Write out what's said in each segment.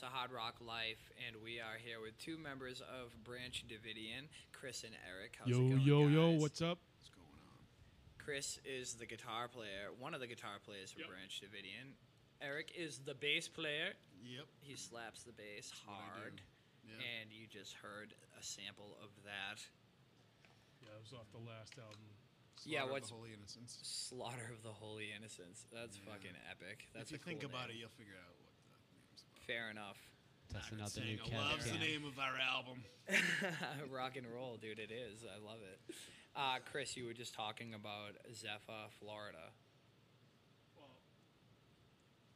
to Hard Rock Life, and we are here with two members of Branch Davidian, Chris and Eric. How's yo, it going, yo, yo, guys? what's up? What's going on? Chris is the guitar player, one of the guitar players for Yep. Branch Davidian. Eric is the bass player. Yep. He slaps the bass what I do. hard, Yeah. and you just heard a sample of that. Yeah, it was off the last album. yeah, Slaughter of what's- the holy innocence? Slaughter of the Holy Innocents. That's Yeah. fucking epic. That's if you a think cool about name. it, you'll figure out what the name's about. Fair enough. Testing Not out the new saying I love's the Cadillac. name of our album. Rock and roll, dude. It is. I love it. Uh, Chris, you were just talking about Zephyr, Florida.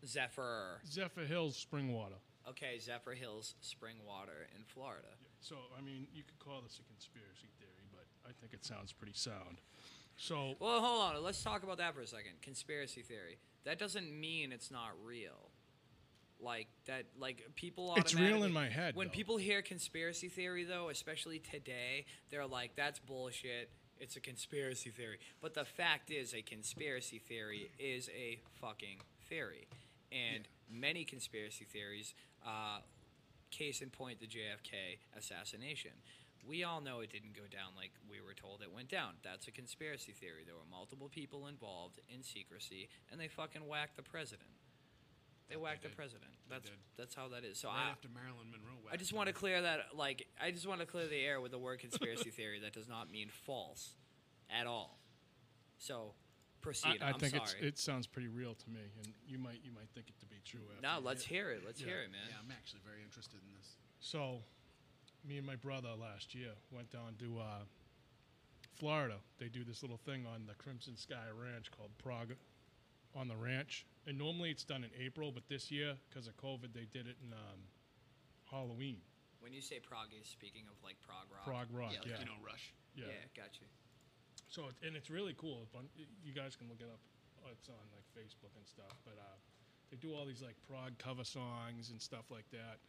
Zephyr. Zephyr Hills, Springwater. Okay, Zephyr Hills, Springwater in Florida. So, I mean, you could call this a conspiracy theory, but I think it sounds pretty sound. So, Well, hold on. Let's talk about that for a second. Conspiracy theory. That doesn't mean it's not real. Like that, like people. It's real in automatically- my head, When though. people hear conspiracy theory, though, especially today, they're like, "That's bullshit. It's a conspiracy theory." But the fact is, a conspiracy theory is a fucking theory, and many conspiracy theories. Uh, case in point, the JFK assassination. We all know it didn't go down like we were told it went down. That's a conspiracy theory. There were multiple people involved in secrecy, and they fucking whacked the president. They They whacked the did. president. They That's did. that's how that is. So Right I, after Marilyn Monroe. I just want to clear that like I just want to clear the air with the word conspiracy theory. That does not mean false at all. So I, proceed. I am think sorry. it's, it sounds pretty real to me, and you might you might think it to be true. After no, you let's hear- hear it. Let's Yeah. hear it, man. Yeah, I'm actually very interested in this. So, me and my brother last year went down to uh, Florida. They do this little thing on the Crimson Sky Ranch called Prague on the ranch. And normally it's done in April, but this year, because of COVID, they did it in um, Halloween. When you say prog, you're speaking of like prog rock. Prog rock, like, Yeah. You know, Rush. Yeah, Yeah. got you. So it, and it's really cool. A bun- You guys can look it up. It's on like Facebook and stuff. But uh, they do all these like prog cover songs and stuff like that.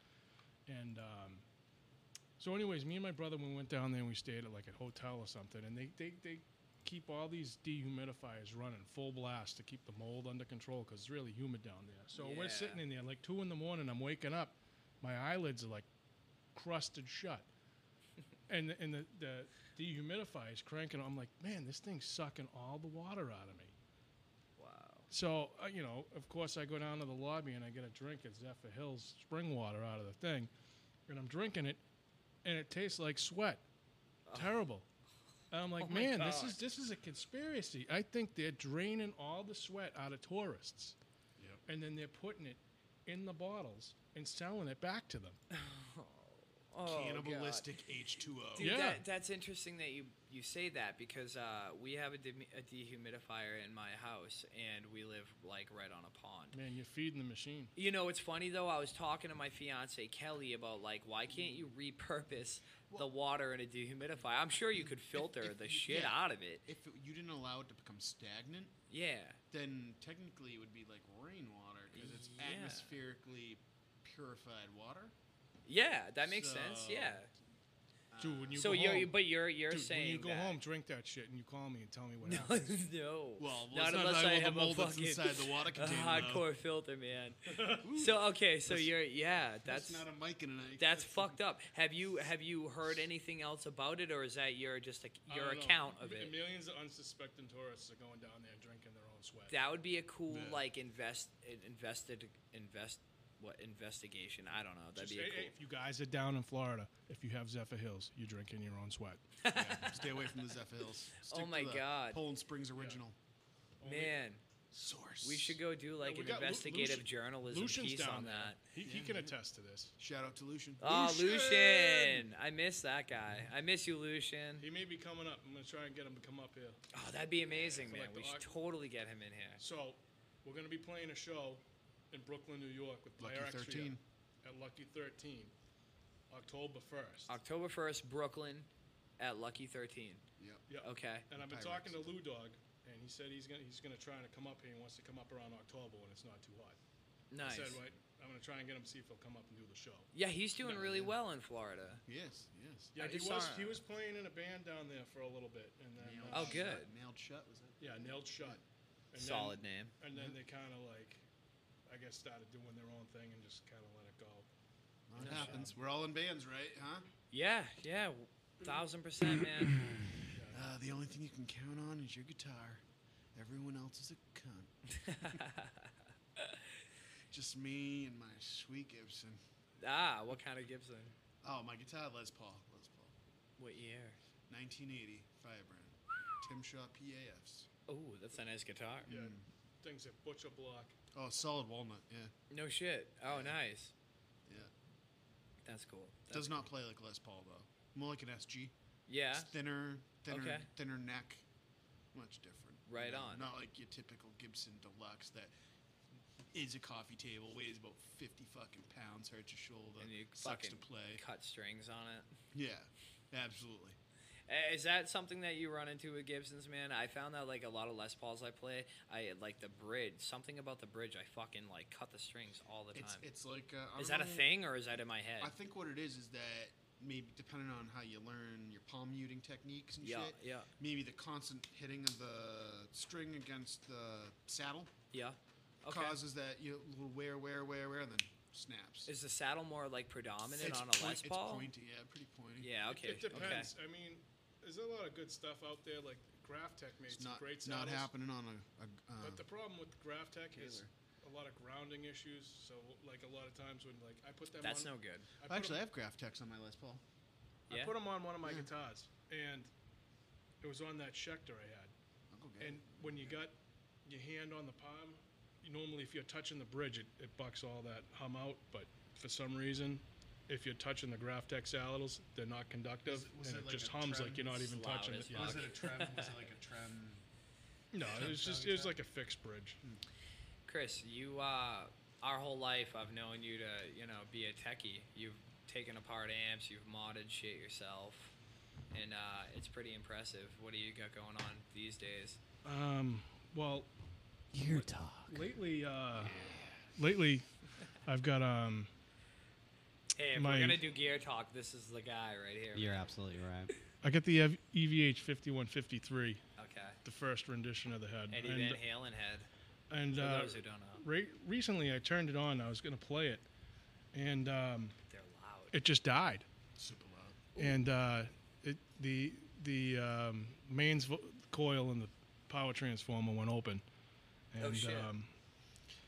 And um, so, anyways, me and my brother we went down there and we stayed at like a hotel or something. And they they, they keep all these dehumidifiers running full blast to keep the mold under control because it's really humid down there. So Yeah. we're sitting in there like two in the morning. I'm waking up, my eyelids are like crusted shut and the, and the, the dehumidifier is cranking. I'm like, man, this thing's sucking all the water out of me. Wow. So uh, you know, of course, I go down to the lobby and I get a drink of Zephyr Hills spring water out of the thing, and I'm drinking it, and it tastes like sweat. Terrible. And I'm like, Oh my man, this God. is this is a conspiracy. I think they're draining all the sweat out of tourists, Yep. and then they're putting it in the bottles and selling it back to them. Oh, Cannibalistic H2O. Dude, Yeah. that, that's interesting that you, you say that because uh, we have a, de- a dehumidifier in my house and we live like right on a pond. Man, you're feeding the machine. You know, it's funny though. I was talking to my fiance Kelly about like why can't you repurpose the water in a dehumidifier? I'm sure you could filter if the you- shit yeah. out of it. If it, you didn't allow it to become stagnant, Yeah, then technically it would be like rainwater because it's Yeah. atmospherically purified water. yeah, that makes sense. So- Yeah. Dude, when you so go you're, home- but you're you're Dude, saying when you go that- home, drink that shit, and you call me and tell me what No, happened. no. Uh, Well, well, not it's not unless I valuable, the have a mold that's fucking inside the water a container, though. hardcore filter, man. so uh, okay, so you're yeah, that's That's not a mic and a knife. that's fucked up. Have you have you heard anything else about it, or is that your just a, I your don't know. account of M- it? Millions of unsuspecting tourists are going down there and drinking their own sweat. That would be a cool Yeah. like invest in- invested invest what investigation? I don't know. That'd be Just- a hey, cool. hey, if you guys are down in Florida, if you have Zephyr Hills, you're drinking your own sweat. Yeah, Stay away from the Zephyr Hills. Stick Oh my to the God. Poland Springs original Man, source. we should go do like we an got Lu- investigative Lucian. journalism Lucian's piece down on there. that. He, he can attest to this. Shout out to Lucian. Oh, Lucian! Lucian! I miss that guy. I miss you, Lucian. He may be coming up. I'm gonna try and get him to come up here. Oh, that'd be amazing, For, man. like, the we should oct- totally get him in here. So, we're gonna be playing a show in Brooklyn, New York, with Lucky Player 13. Extra at Lucky 13, October 1st. October 1st, Brooklyn at Lucky 13. Yep. Yeah. Okay. And I've been Pirates. talking to Lou Dog, and he said he's gonna he's gonna try to come up here. He wants to come up around October when it's not too hot. I Nice. said, right, I'm gonna try and get him to see if he'll come up and do the show. Yeah, he's doing No, really yeah. well in Florida. Yes, yes. I Yeah, he just was saw- he was playing in a band down there for a little bit, and then Nailed uh, Oh, good. Shut. Nailed shut was it? yeah, nailed shut. And Solid then, name. And then they kind of like, I guess, started doing their own thing and just kind of let it go. It happens. We're all in bands, right? Huh? Yeah, yeah, thousand percent, man. Uh, the only thing you can count on is your guitar. Everyone else is a cunt. Just me and my sweet Gibson. ah, what kind of Gibson? Oh, my guitar, Les Paul. Les Paul. What year? 1980 Firebrand. Tim Shaw PAFs. Oh, that's a nice guitar. Yeah, things that butcher block. Oh, solid walnut. Yeah, No shit. Oh, nice. yeah. That's cool. That's Does not play like Les Paul though. More like an SG. Yeah. It's thinner, thinner, Okay. thinner neck. Much different. you Right know, on. Not like your typical Gibson Deluxe that is a coffee table, weighs about 50 fucking pounds, hurts your shoulder, And you sucks fucking to play. cut strings on it. Yeah, absolutely. Uh, Is that something that you run into with Gibsons, man? I found that like a lot of Les Pauls I play, I like the bridge. Something about the bridge, I fucking like cut the strings all the time. It's it's like uh, I is don't that a know- thing or is that in my head? I think what it is is that maybe depending on how you learn your palm muting techniques and Yeah, shit, yeah. maybe the constant hitting of the string against the saddle yeah. Okay. causes that you know, little wear, wear, wear, wear, and then snaps. Is the saddle more like predominant It's on a point- Les Paul? It's pointy, yeah, pretty pointy. Yeah. Okay. It depends. I mean, there's a lot of good stuff out there. Like Graph Tech made It's some not, great it's not saddles. happening on a. a uh, But the problem with Graph Tech is Taylor. a lot of grounding issues. So like a lot of times when like I put them Okay. That's no on, good. I put actually, 'em- I have graph text on my Les Paul. Yeah. I put them on one of my guitars, and it was on that Schecter I had. I'll go get And it. when you got your hand on the palm, you normally if you're touching the bridge, it, it bucks all that hum out. But for some reason, if you're touching the Graphtech saddles, they're not conductive, Was it- was and it it like just a hums trem? like you're not even It's loud touching. as it. fuck. Was it a trem? Was it like a trem? No, it was just it was like a fixed bridge. Chris, you uh, our whole life I've known you to you know be a techie. You've taken apart amps, you've modded shit yourself, and uh, it's pretty impressive. What do you got going on these days? Um, well, Ear talk. lately, uh, lately, I've got um, Hey, if My- we're gonna do gear talk, this is the guy right here. You're absolutely right. I got the E EV- EVH fifty one fifty three, Okay. the first rendition of the head, Eddie and Van Halen head. and For uh, those who don't know, re- recently I turned it on. I was going to play it, and um, they're loud. it just died. Super loud. And uh, it, the the um, mains vo- coil and the power transformer went open, and Oh, shit. um,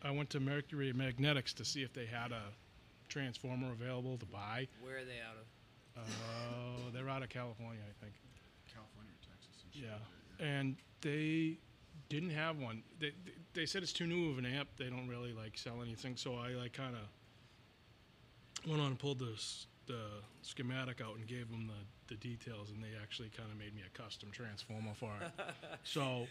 I went to Mercury Magnetics to see if they had a transformer available to buy. Where are they out of? Oh, they're out of California, I think. California or Texas? And shit. Yeah, and they didn't have one. They they- they said it's too new of an amp. They don't really like sell anything. So I like kind of went on and pulled the s- the schematic out and gave them the, the details, and they actually kind of made me a custom transformer for it. so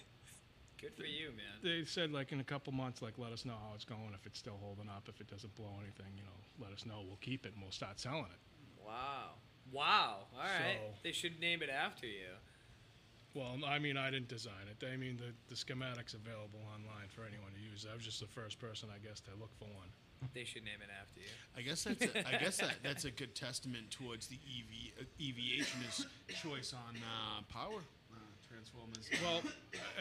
Good for you, man. they said like in a couple months, like let us know how it's going, if it's still holding up, if it doesn't blow anything, you know, let us know. We'll keep it and we'll start selling it. Wow. Wow. All right. So- They should name it after you. Well, I mean, I didn't design it. I mean, the, the schematic's available online for anyone to use. I was just the first person, I guess, to look for one. They should name it after you. I guess that's a, I guess that, that's a good testament towards the EV uh, EVationist's choice on uh, power uh, transformers. Well,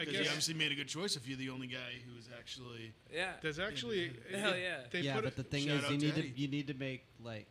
I Because you guess obviously made a good choice if you're the only guy who's actually. Yeah. there's actually Hell yeah. They yeah, put but it, the thing Shout is, out you to need Eddie. to you need to make like.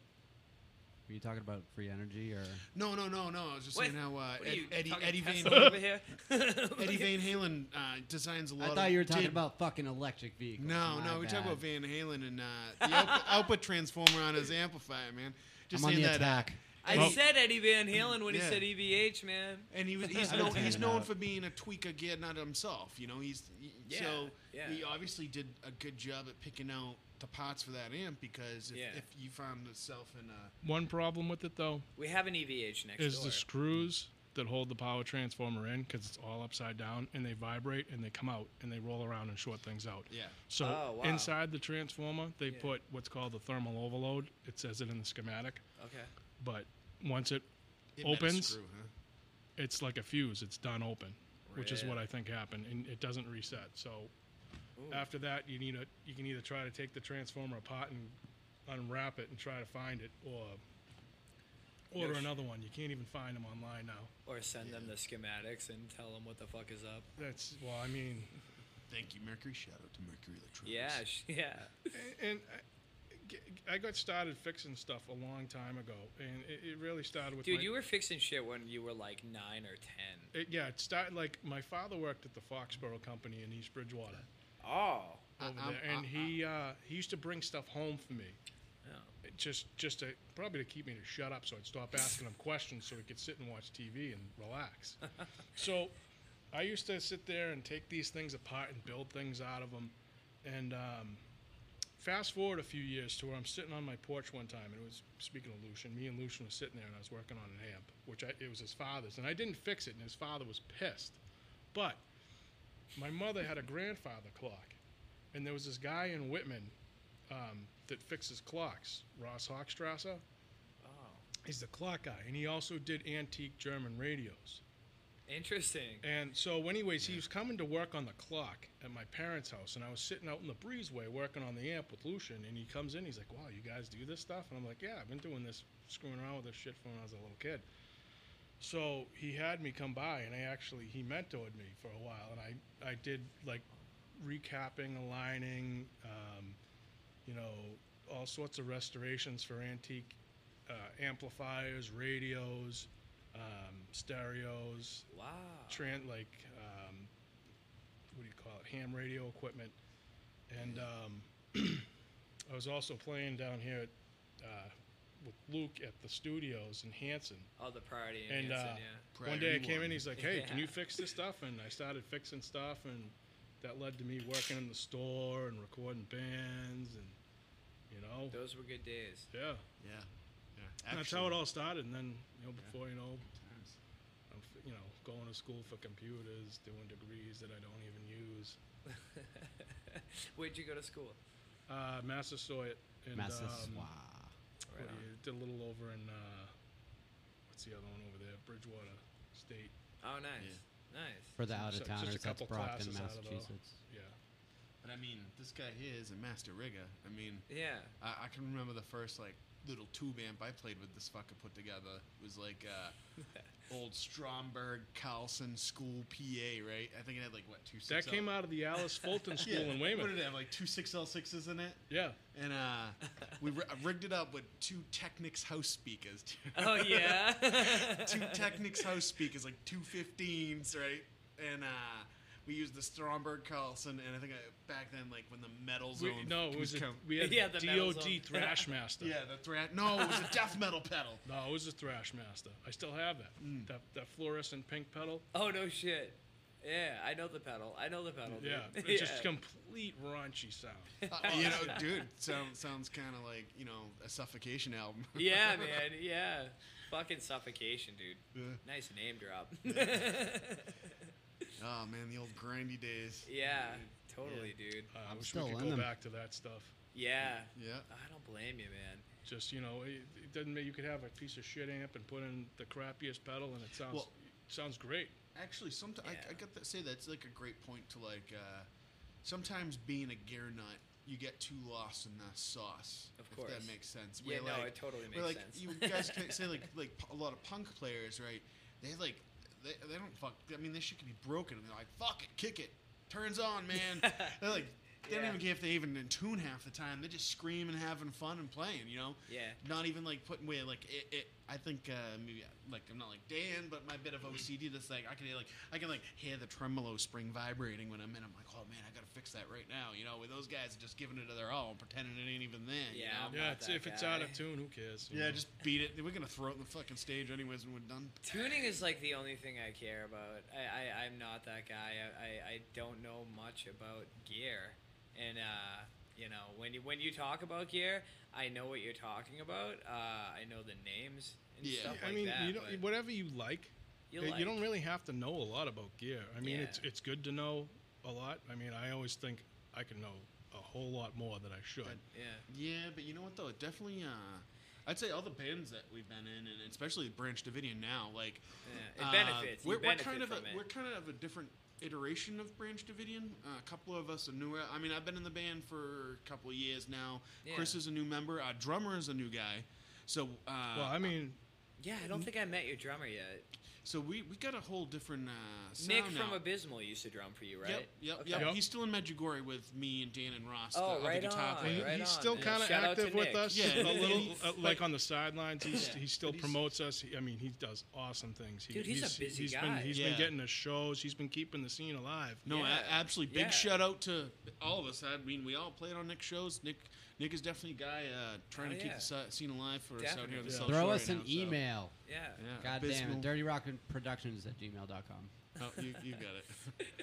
Were you talking about free energy or? No, no, no, no. I was just Wait, saying how uh, what are Ed, you, Eddie fucking Eddie Tesla Van, over here? Eddie Van Halen uh, designs a lot. I of- thought you were talking did- about fucking electric vehicles. No, My no, we talk bad. about Van Halen and uh, the output, output transformer on his amplifier, man. Just I'm on saying the that, uh, attack. I Well- said Eddie Van Halen when Yeah. he said EVH, man. and he was, he's, I'm known, taking he's it known out. for being a tweaker gear, not himself. You know, he's he- Yeah, so yeah. he obviously did a good job at picking out the parts for that amp because if, Yeah. if you found yourself in a one problem with it though We have an EVH next is door. the screws that hold the power transformer in because it's all upside down and they vibrate and they come out and they roll around and short things out. yeah, So Oh, wow. inside the transformer, they Yeah. put what's called the thermal overload. It says it in the schematic, okay. but once it it met a Opens. screw, huh? it's like a fuse. It's done open, which is what Really? I think happened, and it doesn't reset. So after that, you need a you can either try to take the transformer apart and unwrap it and try to find it, or order sh- another one. You can't even find them online now. Or send them the schematics and tell them what the fuck is up. That's well, I mean, Thank you, Mercury. Shout out to Mercury Electronics. Yeah, sh- yeah. and uh, g- I got started fixing stuff a long time ago, and it, it really started with. Dude, my- you were fixing shit when you were like nine or ten. It, yeah, it started like my father worked at the Foxborough Company in East Bridgewater Oh. over I'm- there, and I- he uh, he used to bring stuff home for me, Oh. It just just to probably to keep me to shut up, so I'd stop asking him questions, so we could sit and watch TV and relax. so, I used to sit there and take these things apart and build things out of them, and um, fast forward a few years to where I'm sitting on my porch one time, and it was speaking of Lucian. Me and Lucian were sitting there, and I was working on an amp, which I, it was his father's, and I didn't fix it, and his father was pissed. But my mother had a grandfather clock, and there was this guy in Whitman um, that fixes clocks, Ross Hochstrasser. Oh. He's the clock guy, and he also did antique German radios. Interesting. And so, anyways, he was coming to work on the clock at my parents' house, and I was sitting out in the breezeway working on the amp with Lucian, and he comes in, he's like, "Wow, you guys do this stuff?" And I'm like, "Yeah, I've been doing this, screwing around with this shit from when I was a little kid." So he had me come by, and I actually he mentored me for a while, and I I did like recapping, aligning, um, you know, all sorts of restorations for antique uh, amplifiers, radios, um, stereos, Wow. tran like um, what do you call it ham radio equipment and um, i was also playing down here at, uh, with luke at the studios in hanson Oh, the party in and Hanson, uh, yeah. one Prior day i to came one. in he's like hey can Yeah. you fix this stuff and i started fixing stuff and that led to me working in the store and recording bands and you know Those were good days. yeah Yeah. Yeah. that's Actually, how it all started and then you know before you know times. I'm, f- you know, going to school for computers, doing degrees that I don't even use. Where'd you go to school? Uh, Massasoit and Massasoit. um, Right what do you- did a little over in uh, what's the other one over there? Bridgewater State. on. Oh, nice. Nice. For the out just of a towners, that's couple Brockton, classes out of the- Massachusetts. Yeah, But I mean, this guy here is a master rigger. I mean, Yeah. I, I can remember the first like little tube amp I played with this fucker put together was like uh, old Stromberg Carlson School PA, right? I think it had like what two. that came out of the Alice Fulton School in What did Weymouth. it have? Like two six L sixes in it, Yeah, and uh, we ri- I rigged it up with two Technics house speakers. dude. Oh, yeah. Oh, two Technics house speakers, like two 15s, right? And uh, we used the Stromberg Carlson, and I think I, back then, like when the metal we, zone no, it was a, com- we had Yeah, the metal DOD zone. Thrashmaster. yeah, the threat. No, it was a death metal pedal. No, it was a Thrashmaster. I still have that. That that fluorescent pink pedal. oh, no shit. Yeah, I know the pedal. I know the pedal. Yeah, dude. it's just complete raunchy sound. Oh, Uh, you know, dude, sounds sounds kind of like you know a suffocation album. yeah, man. Yeah. Fucking suffocation, dude. Yeah. Nice name drop. oh man, the old grindy days. yeah, totally, dude. Uh, I I'm wish we still could go in them. back to that stuff. Yeah. Yeah. I don't blame you, man. Just you know, it, it doesn't mean you could have a piece of shit amp and put in the crappiest pedal, and it sounds Well- sounds great. Actually, sometimes Yeah. I, I got to say that's like a great point to like. Uh, sometimes being a gear nut, you get too lost in the sauce. Of if course. that makes sense. Yeah, Where, no, like- it totally where, makes like, sense. You guys can say like like p- a lot of punk players, right? They like they, they don't fuck. I mean, this shit can be broken, and they're like, "Fuck it, kick it, turns on, man." they're like. They Yeah. don't even care if they even in tune half the time. They're just screaming, having fun, and playing. You know, Yeah. not even like putting away like it, it I think uh, maybe like I'm not like Dan, but my bit of OCD that's like I can like I can like hear the tremolo spring vibrating when I'm in. I'm like, oh man, I gotta fix that right now. You know, with those guys are just giving it to their all and pretending it ain't even there. you Yeah, I'm know? Yeah, not it's, that if it's out guy. of tune, who cares? you yeah, know? just beat it. We're gonna throw it in the fucking stage anyways when we're done. Tuning is like the only thing I care about. I, I I'm not that guy. I, I, I don't know much about gear, and uh, you know when you when you talk about gear, I know what you're talking about. Uh, I know the names and Yeah. stuff I like mean, that. you don't, but whatever you like, you, uh, like, don't really have to know a lot about gear. I mean, it's Yeah. it's good to know a lot. I mean, I always think I can know a whole lot more than I should. Yeah. Yeah, but you know what though? It definitely. uh I'd say all the bands that we've been in, and especially Branch Davidian now, like uh, Yeah, it benefits. You Um, we're, benefit we're kind of from a, it. we're kind of a different iteration of Branch Davidian. Uh, a couple of us are newer. I mean, I've been in the band for a couple of years now. Yeah. Chris is a new member. Our drummer is a new guy. So uh, Well, I mean, yeah, I don't think I met your drummer yet. So we, we got a whole different uh, sound Nick from now. Abysmal used to drum for you, right? Yep, yep, Okay. yep. Yep. He's still in Medjugorje with me and Dan and Ross, Oh, the right other guitar on, player. He- right he's on. still Yeah, kind of shout out to active with Nick. us, Yeah, a and- little and he's, uh, like like- on the sidelines. He's, Yeah, He still but he's- promotes us. He- I mean, he does awesome things. He, Dude, he's a busy he's Been, guy. he's Yeah. been getting the shows. He's been keeping the scene alive. No, Yeah. a- absolutely. Big Yeah. shout out to all of us. I mean, we all played on Nick's shows. Nick Nick is definitely a guy uh, trying Oh, to keep yeah. the si- scene alive for us out here in Definitely. the South Throw Shore us right an now, so- email. Yeah. Yeah, God damn Uh, abysmal. it. Dirty Rockin' Productions at gmail.com. Oh, you, you got it.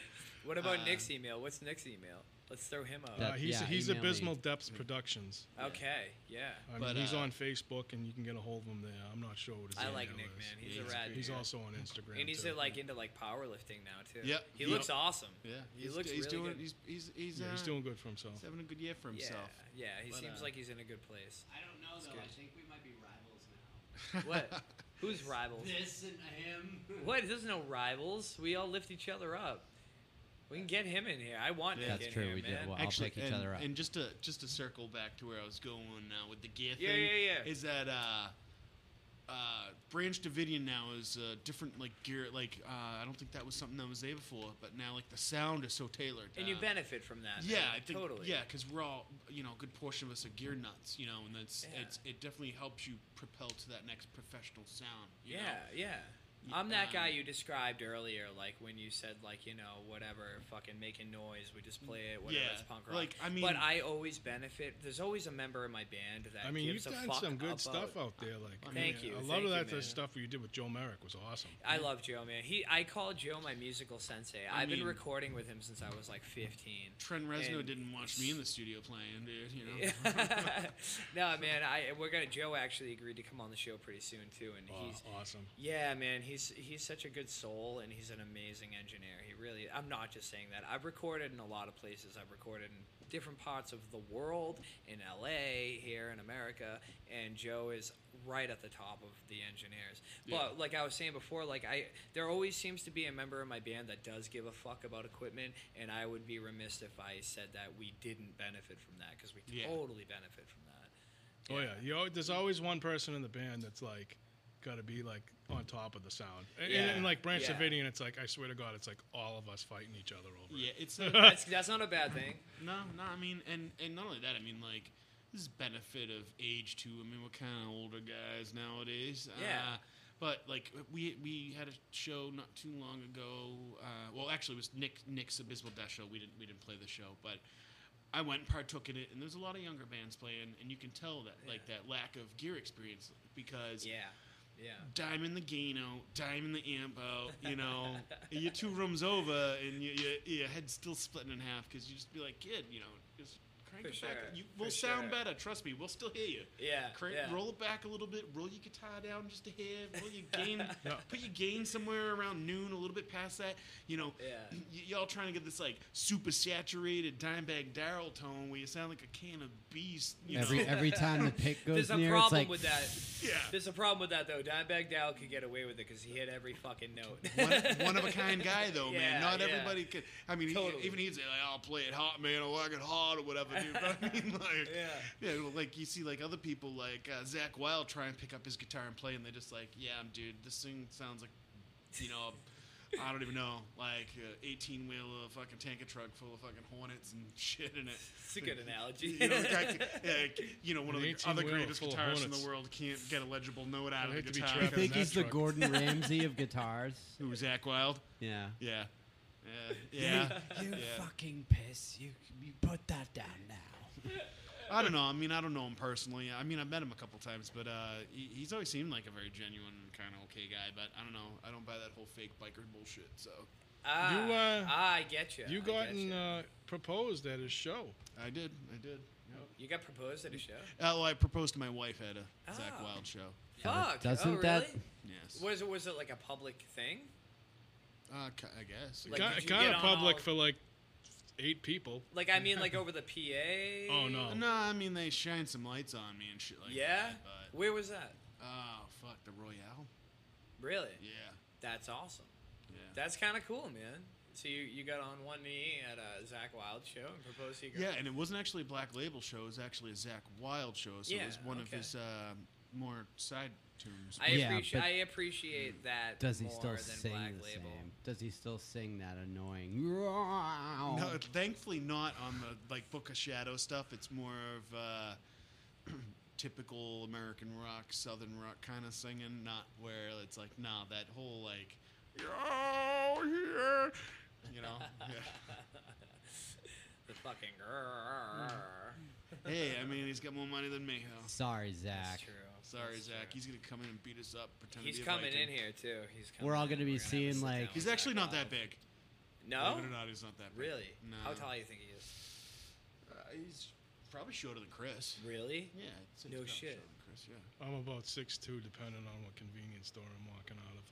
What about Uh, Nick's email? What's Nick's email? Let's throw him out. Uh, That- he's yeah, he's email me. Abysmal Depths Productions. okay. Yeah. I mean, But, he's uh, on Facebook, and you can get a hold of him there. I'm not sure what his I email like Nick, is. man. He's Yeah, a he's rad. good. He's dude. also on Instagram. And he's too. uh, like into like powerlifting now too. Yep. He Yep. looks awesome. Yeah, He he's, looks he's really doing good. he's he's he's, yeah, uh, he's doing good for himself. he's having a good year for Yeah. himself. Yeah. He But, seems uh, like he's in a good place. I don't know though. I think we might be rivals now. What? Who's rivals? This and him. What? There's no rivals. We all lift each other up. We can get him in here. I want Yeah. Nick That's in true, here, we man. did. Well, I'll Actually, pick each and, other up. and just to just to circle back to where I was going uh, with the gear Yeah, thing, yeah, yeah. is that uh, uh, Branch Davidian now is uh, different, like gear, like uh, I don't think that was something that was there before, but now like the sound is so tailored. And you uh, benefit from that. Yeah, man. I think, totally. Yeah, because we're all, you know, a good portion of us are gear nuts, you know, and that's Yeah. it's it definitely helps you propel to that next professional sound. You Yeah, know? yeah. Y- I'm that guy um, you described earlier, like when you said, like you know, whatever, fucking making noise. We just play it, whatever. Yeah, It's punk rock. like, I mean- but I always benefit. There's always a member in my band that I mean, you've gives a done fuck some good about- stuff out there. Like, I Thank mean, you, A lot thank of you, that the man. stuff you did with Joe Merrick was awesome. I love Joe, man. He, I call Joe my musical sensei. I I've been mean- recording with him since I was like 15. Trent Reznor And- didn't watch me in the studio playing, dude. You know. no, man. I we're gonna. Joe actually agreed to come on the show pretty soon too, and Aw- he's awesome. Yeah, man, he's he's such a good soul, and he's an amazing engineer. He really. I'm not just saying that. I've recorded in a lot of places. I've recorded in different parts of the world, in L.A., here in America, and Joe is right at the top of the engineers. But like I was saying before, like I there always seems to be a member of my band that does give a fuck about equipment, and I would be remiss if I said that we didn't benefit from that because we Yeah. totally benefit from that. Oh yeah, you al there's always one person in the band that's like got to be like on top of the sound. And, and- Yeah, and, like Branch yeah. Davidian, it's like I swear to God, it's like all of us fighting each other over. yeah, it. it's uh, a, That's that's not a bad thing. No, no, I mean, and and not only that, I mean, like this is benefit of age too. I mean, we're kind of older guys nowadays. Yeah. Uh, but like we we had a show not too long ago. Uh, well, actually, it was Nick Nick's Abysmal Death show. We didn't we didn't play the show, but I went and partook in it. And there's a lot of younger bands playing, and you can tell that like that lack of gear experience because Yeah, yeah. Diamond the gain out, diamond the amp out, you know. and you're two rooms over, and you, you, your head's still splitting in half because you just be like, kid, you know, just crank For it back. sure, You, for we'll sound sure. better, trust me. We'll still hear you. Yeah, Crank, yeah. Roll it back a little bit. Roll your guitar down just a hair. Roll your gain. Put your gain somewhere around noon, a little bit past that. You know, Yeah. y- y'all trying to get this like super saturated Dimebag Daryl tone where you sound like a can of beast. You Every know? every time the pick goes There's a near, problem it's like with that. yeah. There's a problem with that though. Dimebag Dow could get away with it because he hit every fucking note. one, one of a kind guy though, Yeah, man. Not yeah. everybody can. I mean, he- Totally. even he'd say like, "I'll play it hot, man. I'll work it hard or whatever." Dude. But I mean, like, Yeah. yeah, well, like you see, like other people, like uh, Zach Wild, try and pick up his guitar and play, and they're just like, "Yeah, I'm- dude, this thing sounds like, you know." I don't even know, like a 18 wheeler fucking tanker truck full of fucking hornets and shit in it. it's a good analogy. You know, like, like, you know one An of the 18 other wheeler greatest full of guitarists in hornets. the world can't get a legible note out I'd of the hate to be guitar. you trapped in think that he's the truck. Gordon Ramsay of guitars. Who, Zach Wild? Yeah. Yeah. Yeah. Yeah. You Yeah. fucking piss. You you put that down now. I don't know. I mean, I don't know him personally. I mean, I've met him a couple times, but uh, he, he's always seemed like a very genuine, kind of okay guy. But I don't know. I don't buy that whole fake biker bullshit. So ah, You, uh, ah, I get you. You gotten uh, proposed at his show. I did. I did. you got proposed at a show. Oh, I proposed to my wife at a Zach Ah. Wild show. Yeah, Fuck. doesn't oh, really? that- Yes. Was it was it like a public thing? Uh, ki- I guess. Like, did you kind get of on public all- for like eight people. Like I mean, like over the PA. Oh no. no, I mean they shine some lights on me and shit like Yeah. that. But Where was that? oh fuck, the Royale. Really? Yeah. That's awesome. Yeah. That's kind of cool, man. So you, you got on one knee at a Zach Wild show and proposed to your girl. Yeah, and it wasn't actually a Black Label show. It was actually a Zach Wild show. So Yeah, it was one okay. of his um, more side tunes. I, Yeah, appreciate but I appreciate that Does he more still than sing Black the Label. same? Does he still sing that annoying? No, No, thankfully not on the like Book of Shadow stuff. It's more of uh, typical American rock, Southern rock kind of singing, not where it's like, nah, that whole like, oh yeah, you know. Yeah. The fucking grrrr. hey, I mean, he's got more money than me. Huh? Sorry, Zach. That's true. Sorry, That's Zach. true. He's gonna come in and beat us up. Pretend He's to be a coming in Viking. here too. He's coming We're all in. gonna be We're gonna have to seeing, sit like- down He's with actually Zach not that Wild. big. No, Believe it or not, he's not that big. really. No. How tall do you think he is? Uh, he's probably shorter than Chris. Really? Yeah. I'd say he's No probably shit. shorter than Chris, yeah. I'm about six two, depending on what convenience store I'm walking out of.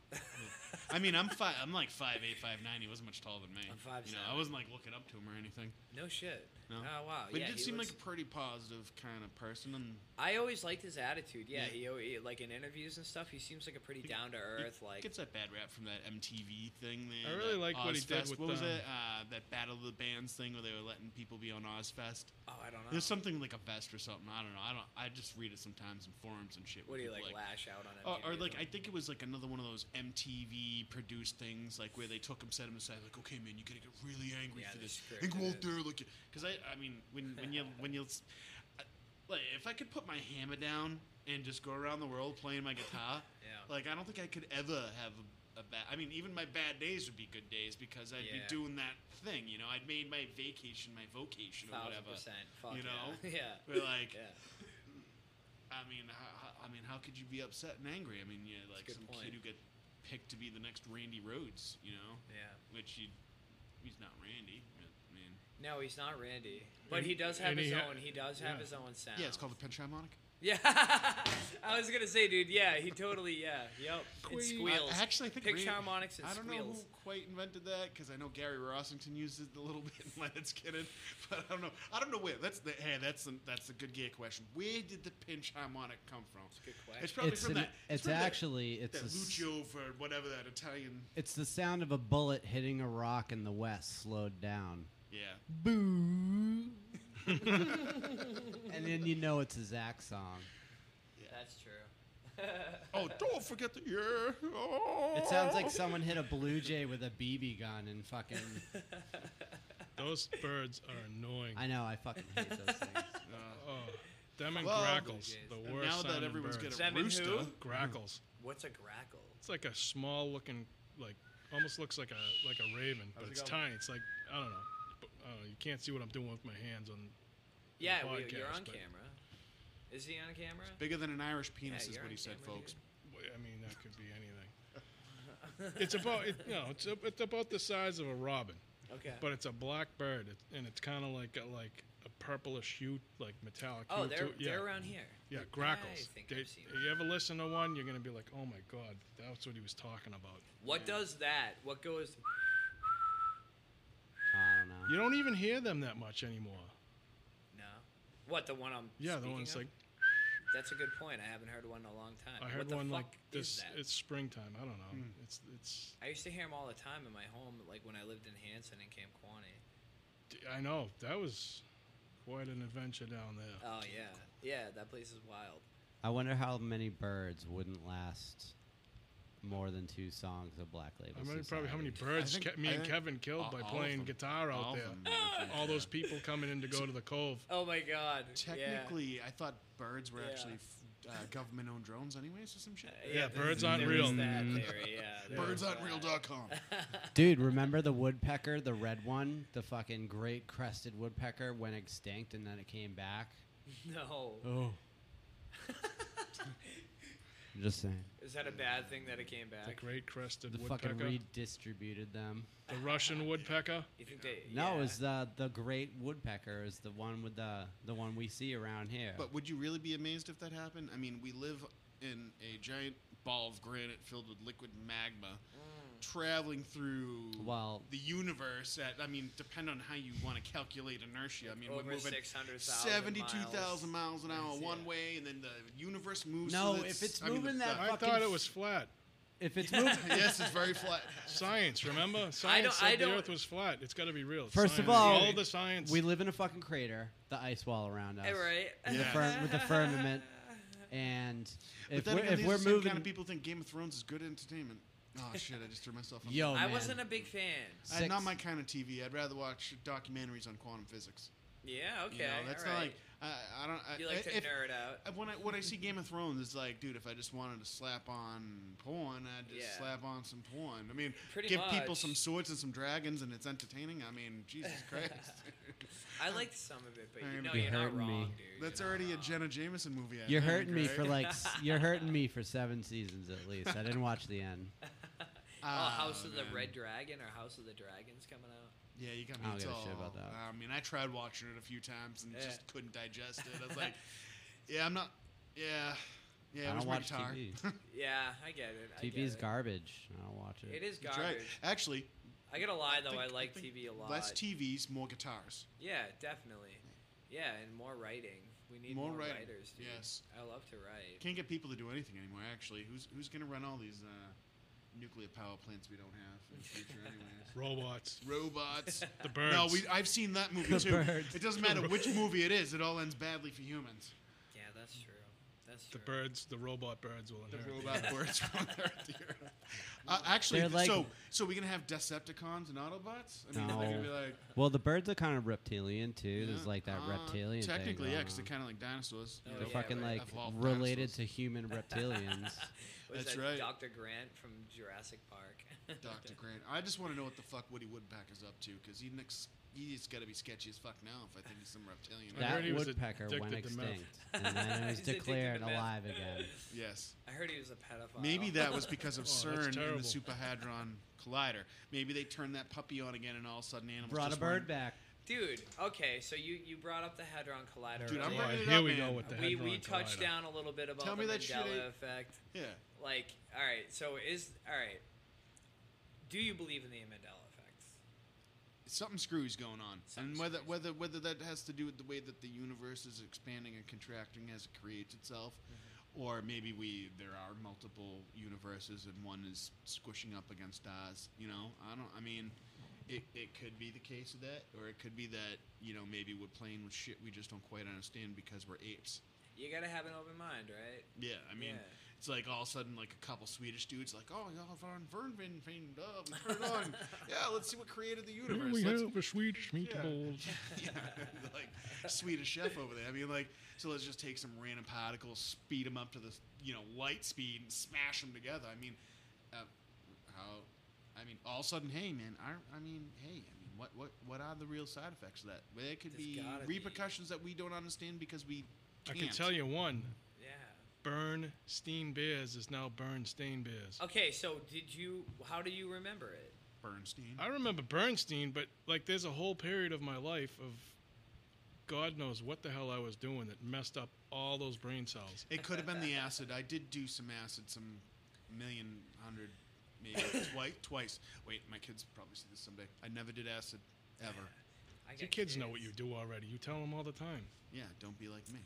I mean, I'm five. I'm like five eight, five nine. He wasn't much taller than me. I'm 5'7". You know, I wasn't like looking up to him or anything. No shit. No. Oh wow. But yeah, he did he seem looks- like a pretty positive kind of person. And I always liked his attitude. Yeah, Yeah. he always, like in interviews and stuff. He seems like a pretty He- down to earth. he Like gets that bad rap from that MTV thing. There, I really that like what he did Ozfest- with, what was um, it? Uh, that Battle of the Bands thing where they were letting people be on Ozfest. oh, I don't know. There's something like a vest or something. I don't know. I don't. I just read it sometimes in forums and shit. what where do you like, people, Oh, lash out on? Or, MTV or like I something? think it was like another one of those MTV produced things, like where they took him, set him aside, like, okay, man, you gotta get really angry Yeah, for they this, scripted and go out it. there, like, because I, I mean, when when you when you, s- I- like, if I could put my hammer down and just go around the world playing my guitar, yeah. like, I don't think I could ever have a, a bad. I mean, even my bad days would be good days because I'd Yeah. be doing that thing, you know. I'd made my vacation my vocation or Thousand whatever. percent. Fuck you know? yeah. But like, yeah. yeah. I mean, how, I mean, how could you be upset and angry? I mean, you know, like good some point. kid who got picked to be the next Randy Rhodes, you know, Yeah. which you, he's not Randy. But, I mean, No, he's not Randy, but And- he does have and his he ha- own. He does have yeah. his own sound. yeah, it's called the pinch harmonic. Yeah, I was gonna say, dude. Yeah, he totally. Yeah, yep. It squeals. I, actually, I think Pitch Randy- harmonics and I don't know squeals. who quite invented that because I know Gary Rossington used it a little bit in Leonard Skinner, but I don't know. I don't know where. That's the hey, that's a, that's a good gay question. Where did the pinch harmonic come from? Good question. It's probably it's from an- that. it's from that- actually it's that a s- Lucio for whatever that Italian. it's the sound of a bullet hitting a rock in the west slowed down. Yeah. Boo. and then you know it's a Zach song. That's true. Oh, don't forget the yeah. Oh. It sounds like someone hit a blue jay with a BB gun and fucking. Those birds are annoying. I know I fucking hate those things. oh, them and Well, grackles, the and worst. now that sounding everyone's birds. got Them a and rooster, who? grackles. What's a grackle? It's like a small looking, like almost looks like a like a raven, but it it's going? tiny. It's like I don't know. But, uh, you can't see what I'm doing with my hands on. Yeah, the we, you're podcast, on but- camera. Is he on camera? bigger than an Irish penis is you're what on he said, camera, folks. w- I mean, that could be anything. it's about it, no, it's a, it's about the size of a robin, Okay. but it's a black bird, it, and it's kind of like a, like a purplish hue, like metallic. oh, hue they're to it. yeah. they're around here. Yeah, I grackles. think They- I've seen you ever listen to one, you're gonna be like, "Oh my god, that's what he was talking about." What does that? What goes? I don't know. You don't even hear them that much anymore. No. What the one I'm? Yeah, the speaking one's of? like That's a good point. I haven't heard one in a long time. I What heard the one fuck like is this. that? It's springtime. I don't know. Hmm. It's it's. I used to hear them all the time in my home, like when I lived in Hanson and Camp Quaney. I know that was quite an adventure down there. Oh yeah, yeah, that place is wild. I wonder how many birds wouldn't last more than two songs of Black Label. how many probably how many Society. birds think- kept me I and think Kevin killed all- by all of playing them. guitar out All of there? them, I think, All those yeah. people coming in to go to the cove. Oh my god. Technically, I thought birds were Yeah. actually f- uh, government-owned drones, anyways, or some shit. yeah, Yeah, there's- birds aren't there real. Mm. is that theory, yeah, Birds there's on that. real.com. Dude, remember the woodpecker, the red one, the fucking great crested woodpecker went extinct and then it came back. No, Oh. Just saying. is that a bad thing that it came The back? great crested The woodpecker, fucking redistributed them. the Russian woodpecker. You think they? No, yeah. it was the the great woodpecker is the one with the the one we see around here. But would you really be amazed if that happened? I mean, we live in a giant ball of granite filled with liquid magma, Mm. traveling through Well- the universe. At I mean, depend on how you want to calculate inertia. I mean, Over we're moving 600,000 seventy-two thousand miles an hour Yes, one yeah. way, and then the universe moves. No, with if it's I mean, moving the- that I Fucking thought it f- was flat. if it's moving, yes, it's very flat. Science, remember? Science don't- said I the don't- Earth was flat. It's got to be real. First of Science- all, all the science. we live in a fucking crater, the ice wall around us, All right. And the fir- with the firmament, And but if then we're, again, if these we're are the same moving, kind of people think Game of Thrones is good entertainment. Oh shit! I just threw myself. on yo, I man. wasn't a big fan. I- not six- my kind of TV. I'd rather watch documentaries on quantum physics. Yeah, okay. You know, that's all not right. like I, I don't. I, you like to if, nerd out. I- When I when I see Game of Thrones, it's like, dude, if I just wanted to slap on porn, I'd just Yeah. slap on some porn. I mean, Pretty give people much. some swords and some dragons, and it's entertaining. I mean, Jesus Christ, I liked some of it, but I you am- know You're you're not hurting me. wrong, dude. that's You're not already a wrong. Jenna Jameson movie. I You're think, hurting me right? for like s- you're hurting me for seven seasons at least. I didn't watch the end. Oh, House Ah, of the man. Red Dragon or House of the Dragons coming out. Yeah, you got me. I don't it's give a shit all- about that. I mean, I tried watching it a few times and Yeah. just couldn't digest it. I was like, yeah, I'm not. Yeah, yeah. I it was don't my watch guitar. TV. Yeah, I get it. I get TV's it. garbage. I don't watch it. It is That's garbage. right. Actually, I gotta lie though, think- I like think TV a lot. Less TVs, more guitars. yeah, definitely. Yeah, and more writing. We need More more, writing, writers. Dude. yes. I love to write. Can't get people to do anything anymore. Actually, who's who's gonna run all these uh, nuclear power plants we don't have in the future, anyways? Robots. Robots. The birds. No, we. I've seen that movie The too. birds. It doesn't matter which movie it is; it all ends badly for humans. Yeah, that's true. That's the true. birds. The robot birds will The inherit. robot birds from their dear. Uh, actually, They're like- so so we're gonna have Decepticons and Autobots. I mean, they're gonna No. be like Well, the birds are kind of reptilian too. yeah, There's like that uh, reptilian. Technically, yeah, thing going because they're on. kind of like dinosaurs. you Oh, know, They're yeah, fucking right. like evolved related dinosaurs. to human reptilians. Was That's that right. Dr. Grant from Jurassic Park? Dr. Grant. I just want to know what the fuck Woody Woodpecker's up to, because he next, he's got to be sketchy as fuck now if I think he's some reptilian. I heard that he was woodpecker went addicted to meth. extinct, and then it was He's addicted declared to meth. alive again. yes. I heard he was a pedophile. Maybe that was because of Oh, that's CERN and the terrible. Superhadron Collider. Maybe they turned that puppy on again, and all of a sudden animals Brought a just bird weren't- back. Dude, okay, so you, you brought up the Hadron Collider. Dude, I'm earlier. All right, bringing it here up, we man. go with the we Hadron we touched Collider. down a little bit about Tell the me that shit Mandela ain't- effect. Yeah. Like, all right, so is all right. Do you believe in the Mandela effect? Something screwy's going on, Something and whether screwy's- whether whether that has to do with the way that the universe is expanding and contracting as it creates itself, Mm-hmm. or maybe we there are multiple universes and one is squishing up against ours. You know, I don't. I mean, it it could be the case of that, or it could be that you know maybe we're playing with shit we just don't quite understand because we're apes. You gotta have an open mind, right? Yeah, I mean, Yeah. it's like all of a sudden, like a couple Swedish dudes, like, oh, y'all have on Vernvin famed up. We turned on. yeah, let's see what created the Here universe. we Let's- have a Swedish meatball. yeah, like Swedish chef over there. I mean, like, so let's just take some random particles, speed them up to the you know light speed, and smash them together. I mean, uh, how? I mean, all of a sudden, hey man, I, I mean, hey, I mean, what, what, what are the real side effects of that? Well, there could There's be gotta be. repercussions that we don't understand because we. I Can't. can tell you one. Yeah. Bernstein Bears is now Bernstein Bears. Okay, so did you? How do you remember it? Bernstein. I remember Bernstein, but like there's a whole period of my life of God knows what the hell I was doing that messed up all those brain cells. It could have been the acid. I did do some acid, some million hundred, maybe twice. Twice. Wait, my kids probably see this someday. I never did acid ever. I Your got kids know what you do already. You tell them all the time. Yeah, don't be like me.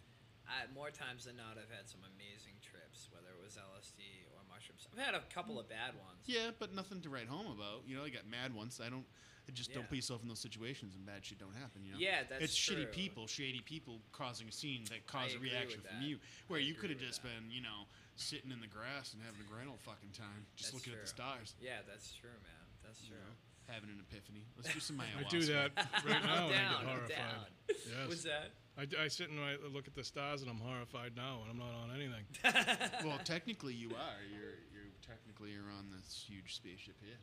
I, more times than not, I've had some amazing trips, whether it was LSD or mushrooms. I've had a couple of bad ones. Yeah, but nothing to write home about. You know, I got mad once. I don't. I just don't Yeah. put yourself in those situations, and bad shit don't happen. You know. Yeah, that's it's true. shitty people, shady people causing a scene that cause a agree reaction with from that. you, where I you agree could have with just that. been, you know, sitting in the grass and having a grand old fucking time, just That's looking at the true. stars. Yeah, that's true, man. That's You true. know, having an epiphany. Let's do some I ayahuasca. do that right now and I down, get I'm horrified. down. Yes. Was that? I, d- I sit and I look at the stars and I'm horrified now and I'm not on anything. well, technically you are. You're you're technically you're on this huge spaceship here,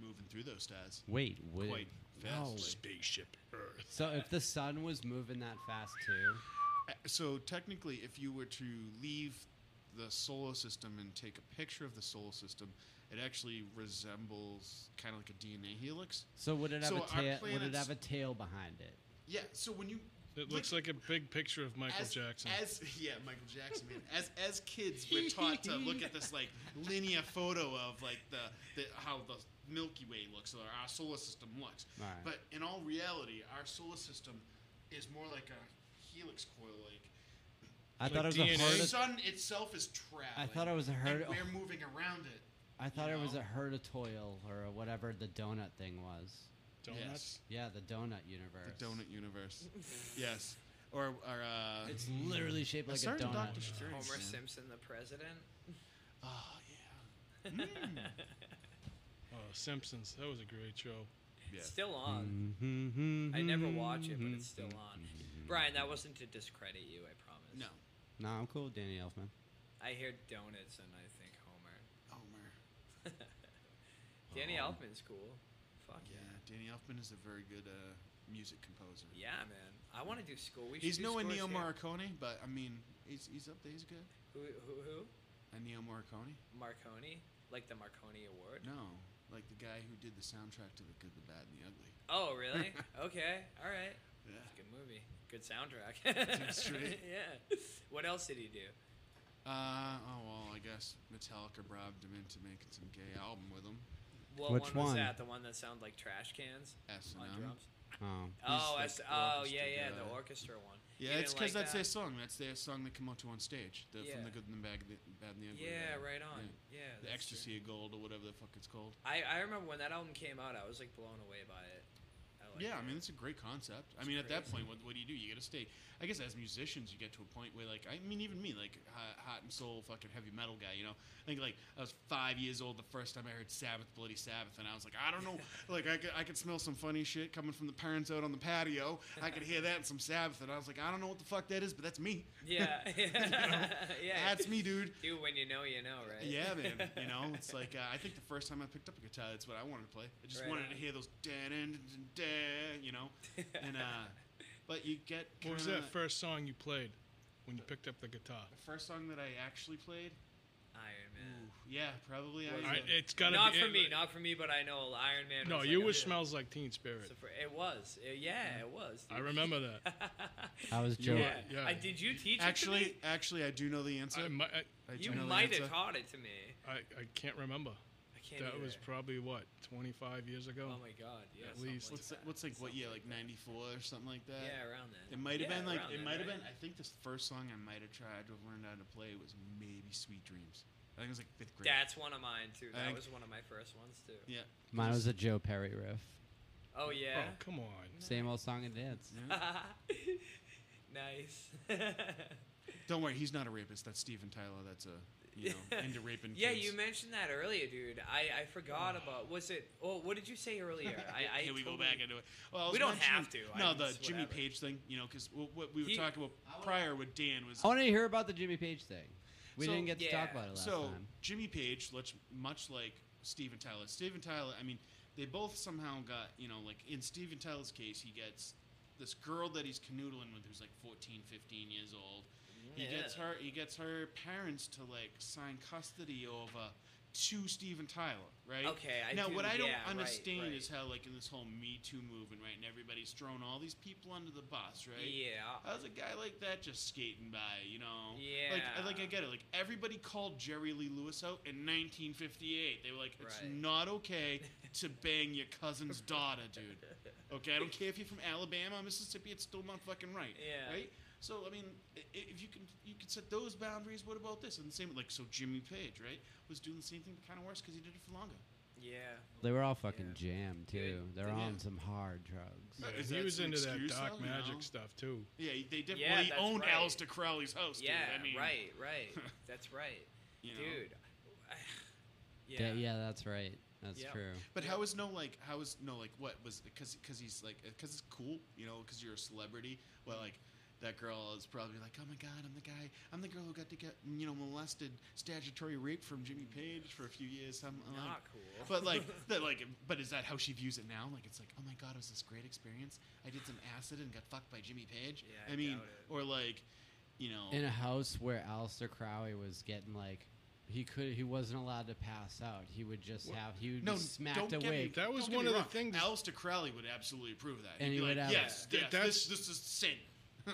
moving through those stars Wait, wait. quite fast. No. Spaceship Earth. Oh, So if the sun was moving that fast too, So technically, if you were to leave the solar system and take a picture of the solar system, it actually resembles kind of like a DNA helix. so would it have So a our tail? Would it planets- have a tail behind it? Yeah. So when you It looks like a big picture of Michael Jackson. As yeah, Michael Jackson, man. As as kids, we're taught to look at this like linear photo of like the, the how the Milky Way looks or our solar system looks. Right. But in all reality, our solar system is more like a helix coil. Like I thought it was DNA? a the herd. Of, sun itself is trapped. thought it was a herd- oh, And we're moving around it. I thought you it was know? a herdatoil or whatever the donut thing was. Donuts. Yeah, the donut universe. The donut universe. yes. or or uh, It's literally shaped like a started donut. Dr. Strange. Homer man. Simpson, the president. Oh yeah. Oh, Simpsons. That was a great show. Yeah. It's still on. Mm-hmm, I never watch it, but it's still on. Hmm. Brian, that wasn't to discredit you. I promise. No. No, I'm cool, with Danny Elfman. I hear donuts and I think Homer. Homer. Danny Oh. Elfman's cool. Fuck Yeah. yeah. Danny Elfman is a very good uh, music composer. Yeah, man. I want to do school. We should He's do no scores Ennio here. Morricone, but I mean, he's he's up there. He's good. Who, who, who? Ennio Morricone? Marconi? Like the Marconi Award? No, like the guy who did the soundtrack to The Good, the Bad, and the Ugly. Oh, really? okay. All right. Yeah. Good movie. Good soundtrack. That's right. yeah. What else did he do? Uh, oh well, I guess Metallica bribed him into making some gay album with him. What Which one, was one? that? The one that sounded like trash cans S on and M. drums? Oh. Oh, like that's, the oh yeah, yeah, orchestra guy. the orchestra one. Yeah, You it's didn't like because that's that? their song. That's their song that came out to on stage. The, Yeah. From the Good and the Bad, the Bad and the Ugly. Yeah, right. right on. Yeah. The that's true. Ecstasy of Gold or whatever the fuck it's called. I, I remember when that album came out, I was like blown away by it. I liked yeah, I it. mean it's a great concept. It's I mean at that crazy. point, what, what do you do? You got to stay. I guess as musicians, you get to a point where like I mean even me, like hot, hot and soul, fucking heavy metal guy. You know, I think like I was five years old the first time I heard Sabbath, Bloody Sabbath, and I was like, I don't know, like I could, I could smell some funny shit coming from the parents out on the patio. I could hear that and some Sabbath, and I was like, I don't know what the fuck that is, but that's me. Yeah, yeah, yeah. That's me, dude. Dude, when you know, you know, right? Yeah, man. You know, it's like uh, I think the first time I picked up a guitar, that's what I wanted to play. I just Right wanted to on. hear those da da da, you know, and uh, but you get What was kinda- that first song you played when you picked up the guitar? the first song that I actually played. Iron Man. Yeah, probably. I, Was I, it- it's gotta not be for it- me, not for me, but I know Iron Man. No, was you like, was yeah. smells like Teen Spirit. So for- It was, Uh, yeah, it was. I remember that. I was yeah. joking. yeah. I, did you teach it to actually, me? actually, I do know the answer. I, mi- I, I do You know the might answer. have taught it to me. I, I can't remember. I can't. that was either. probably what 25 years ago. oh my god. Yeah. At something least. Like What's that. that, what's like what Something year? Like '94 or something like that. that. Yeah, around then. It might have Yeah, been like around it then, might have right? been. I think the first song I might have tried to have learned how to play was maybe "Sweet Dreams." I think it was like fifth grade. That's one of mine too. I That think- was one of my first ones too. yeah. Mine was a Joe Perry riff. Oh yeah. Oh come on. Same old song and dance. Oh. nice. Don't worry, he's not a rapist. That's Steven Tyler. That's a you know into raping. yeah, kids. you mentioned that earlier, dude. I, I forgot about. Was it? Oh, what did you say earlier? I, I Here we go totally- back into it. Well, I was We don't have mentioning- to. I No, mean, the it's Jimmy whatever. Page thing, you know, because what we were He- talking about I wanna- prior with Dan was I want to hear about the Jimmy Page thing. We So- didn't get to talk yeah. about it last so time. Jimmy Page, much much like Steven Tyler. Steven Tyler, I mean, they both somehow got you know like in Steven Tyler's case, he gets this girl that he's canoodling with who's like 14, 15 years old. He gets Yeah. her he gets her parents to like sign custody over to Steven Tyler, right? Okay, I now do- what I don't yeah, right, understand right. is how like in this whole Me Too movement, right? And everybody's thrown all these people under the bus, right? Yeah. How's a guy like that just skating by, you know? Like, Yeah. I- like I get it. Like everybody called Jerry Lee Lewis out in 1958. They were like, it's Right. not okay to bang your cousin's daughter, dude. Okay, I don't care if you're from Alabama, or Mississippi. It's still not fucking right. Yeah. Right. So I mean, i- i- if you can you can set those boundaries, what about this? And the same like so Jimmy Page, right, was doing the same thing, but kind of worse because he did it for longer. Yeah. They were all fucking jammed too. Dude, They're yeah. on some hard drugs. Yeah, Uh, Is he that was an into that excuse, dark though, you magic know? stuff too. Yeah, he- they definitely Yeah, that's owned right. Alistair Crowley's house. Yeah. dude. I mean, right. Right. That's right, you know? dude. yeah. Yeah, yeah that's right. That's Yeah. true. But how is no like how is no like what was because because he's like because it's cool you know because you're a celebrity well like that girl is probably like oh my god I'm the guy I'm the girl who got to get you know molested statutory rape from Jimmy Page for a few years I'm, I'm Not like- cool. but like that like but is that how she views it now like it's like oh my god it was this great experience I did some acid and got fucked by Jimmy Page Yeah, I mean doubt it. or like you know In a house where Alistair Crowley was getting like, he could he wasn't allowed to pass out. He would just Well, have he would no, be smacked don't get awake. me- That was don't get one me of the wrong. things- Alistair Crowley would absolutely approve of that. And He'd he be would like, have- yes, Yeah. yes, That's- this, this is sin.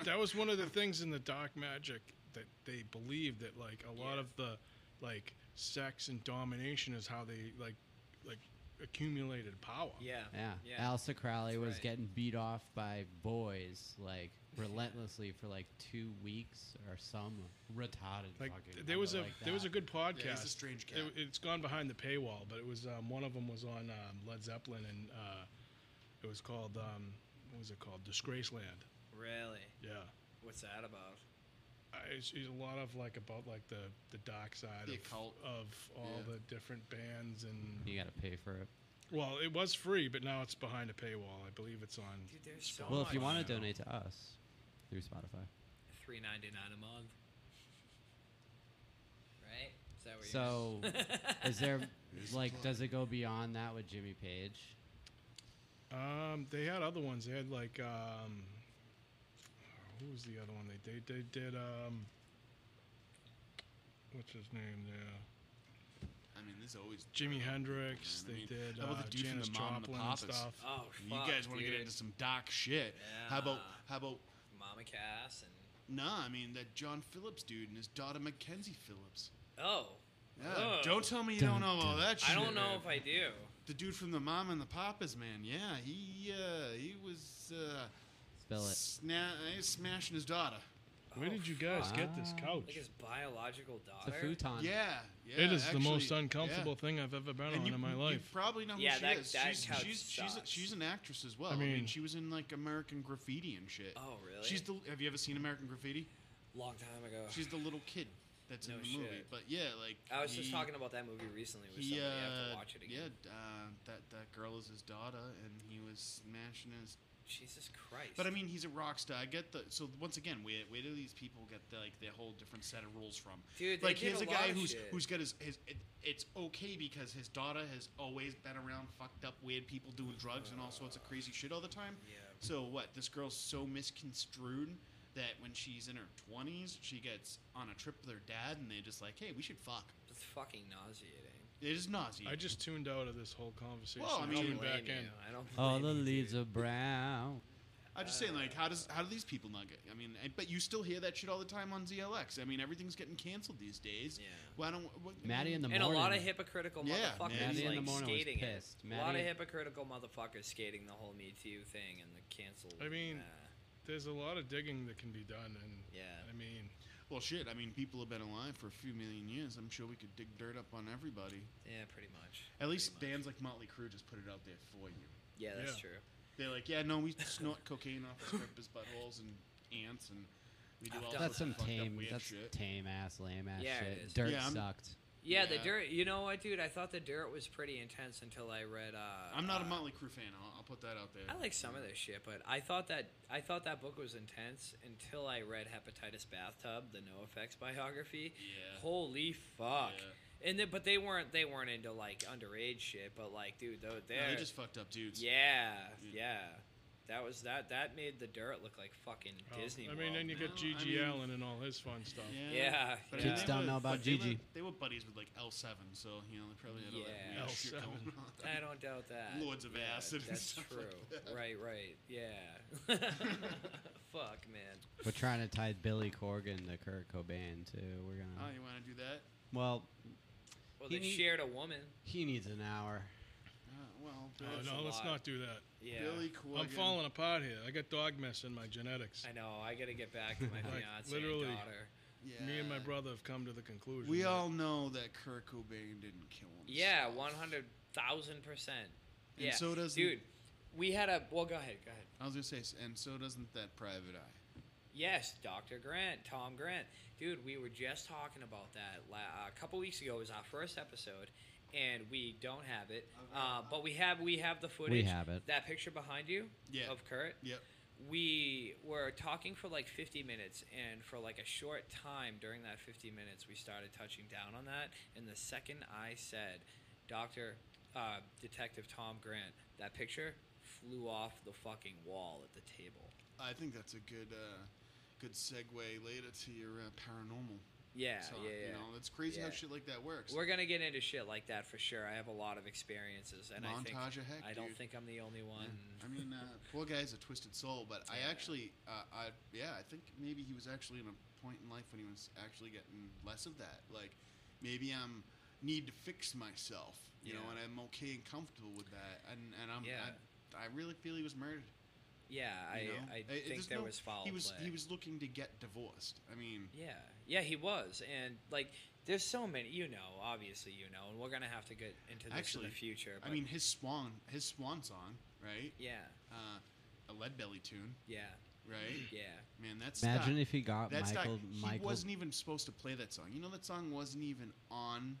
that was one of the things in the dark magic that they believed that like a lot Yeah. of the like sex and domination is how they like like accumulated power. Yeah. Yeah. Yeah. Alistair Crowley That's was right. getting beat off by boys like relentlessly for like two weeks or some retarded Like fucking. th- there was a number like there was a that. good podcast. Yeah, he's a strange cat. It, has gone behind the paywall, but it was um, one of them was on um, Led Zeppelin and uh, it was called um, what was it called Disgraceland. Really. Yeah. What's that about? I, it's, it's a lot of like about like the the dark side The of, occult. of all Yeah. the different bands and You got to pay for it. well, it was free, but now it's behind a paywall. I believe it's on. Dude, there's so Oh well, if you much. want now. to donate to us through Spotify, three ninety nine a month. Right? Is that what So, you're Is there Here's the like plug. does it go beyond that with Jimmy Page? Um, they had other ones. They had like um, who was the other one? They they they did um, what's his name there? I mean, there's always Jimmy Hendrix. Uh, I They mean, did how about uh, the dude from Janis the Mom and the Joplin and Papas? stuff. Oh, You fuck, guys want to get dude. into some dark shit? How about Yeah. how about Mama Cass and nah? I mean, that John Phillips dude and his daughter Mackenzie Phillips. oh, Yeah, Ugh. don't tell me you Dun, don't know all dun. that shit. I don't know man. if I do. the dude from the Mom and the Papas, man. Yeah, he uh, he was uh, spell it. sna- he was smashing his daughter. Where Oh, did you guys fuck. get this Ah. couch? Like his biological It's daughter. a futon. Yeah, yeah. it is actually, the most yeah. uncomfortable thing I've ever been And on you, in my you life. probably know who Yeah, she that- is. that she's, couch she's, she's, sucks. she's an actress as well. I I mean, mean- she was in like American Graffiti and shit. Oh, really? She's the. Have you ever seen American Graffiti? Long time ago. She's the little kid that's No in the shit. movie. But yeah, like I was just he- talking about that movie recently with He, somebody. I have uh, to watch it again. Yeah, uh, that that girl is his daughter, and he was smashing his. Jesus Christ. But I mean, he's a rock star. I get the. So once again, where where do these people get the, like their whole different set of rules from? dude, they like did here's a, a guy lot of who's shit. who's got his, his it, it's okay because his daughter has always been around fucked up weird people doing drugs and all sorts of crazy shit all the time Yeah. so what this girl's so misconstrued that when she's in her 20s she gets on a trip with her dad and they're just like hey we should fuck It's fucking nauseating. it is nauseating I just tuned out of this whole conversation. Well, I I'm mean- coming Don't blame back you. in. I don't. All blame Oh, the you, leaves dude. are brown. i'm just saying like how does how do these people not get i mean I, but you still hear that shit all the time on zlx i mean everyything's getting canceled these days Yeah. why don't what, Maddie in the and a morning. lot of hypocritical Yeah, motherfuckers Maddie like in the morning was skating it. pissed. A lot of Maddie- hypocritical motherfuckers skating the whole Me Too thing and the cancel. I mean- uh, There's a lot of digging that can be done, and Yeah. I mean, well shit i mean people have been alive for a few million years i'm sure we could dig dirt up on everybody yeah, pretty much. At least Pretty much. bands like Motley Crue just put it out there for you. Yeah, that's Yeah. true. They're like, yeah, no, we snort cocaine off of strippers' buttholes and ants, and we do I've all done sorts that's of some fucked up tame. weird That's shit. tame ass, lame ass Yeah, it is. shit. Dirt Yeah, I'm- sucked. Yeah, the Yeah. dirt. You know what, dude? I thought the dirt was pretty intense until I read. Uh, I'm not a uh, Motley Crue fan. I'll, I'll put that out there. I like some of this shit, but I thought that I thought that book was intense until I read Hepatitis Bathtub, the No Effects biography. Yeah. Holy fuck! Yeah. And then, but they weren't they weren't into like underage shit, but like, dude, though No, they're they just fucked up dudes. yeah, Yeah. yeah. That was that. That made the dirt look like fucking oh, Disney. I mean, World. then you No, got I Gigi mean- Allen and all his fun stuff. yeah, But I mean, yeah. Kids they don't were- know about but they were- Gigi. They were buddies with like L7, so you know they probably had all that Yeah. weird shit going L7. on. I don't doubt that. Lords of Yeah, acid and That's stuff true. like that. Right, right. Yeah. Fuck, man. We're trying to tie Billy Corgan to Kurt Cobain too. We're Oh, gonna. you want to do that? Well, Well, He they need- shared a woman. he needs an hour. Uh, well, Oh, That's a no, let's lot. not do that. Yeah. Billy Corgan. I'm falling apart here. I got dog mess in my genetics. I know. I gotta get back to my Like, fiance literally. and daughter. Yeah. Me and my brother have come to the conclusion. We that- all know that Kurt Cobain didn't kill himself. Yeah, one hundred thousand percent. And Yeah. so does- dude. We had a well. Go ahead. Go ahead. I was gonna say, and so doesn't that private eye. Yes, Dr. Grant, Tom Grant. Dude, we were just talking about that la- uh, a couple weeks ago. Was our first episode, and we don't have it, uh, but we have we have the footage. have it. That picture behind you, Yeah. of Kurt. Yep. We were talking for like 50 minutes, and for like a short time during that 50 minutes, we started touching down on that. And the second I said, Doctor, uh, Detective Tom Grant, that picture flew off the fucking wall at the table. I think that's a good uh, good segue later to your uh, paranormal. Yeah, talk, yeah, yeah. You know, it's crazy how Yeah. shit like that works. We're gonna get into shit like that for sure. I have a lot of experiences, and I think Montage of heck, I don't dude. think I'm the only one. I mean, uh, poor guy's a twisted soul, but I Yeah. actually, uh, I yeah, I think maybe he was actually in a point in life when he was actually getting less of that. Like, maybe I'm need to fix myself, you know, Yeah. and I'm okay and comfortable with that, and and I'm Yeah. I, I really feel he was murdered. Yeah, I, you know? I Uh, think there's there no- was foul He was play. he was looking to get divorced. I mean, yeah, yeah, he was, and like, there's so many. You know, obviously, you know, and we're gonna have to get into this Actually, in the future. But I mean his swan his swan song, right? yeah, Uh, a lead belly tune yeah, right? Yeah. Man, that's Imagine not- if he got That's Michael. not, he Michael. wasn't even supposed to play that song. You know that song wasn't even on.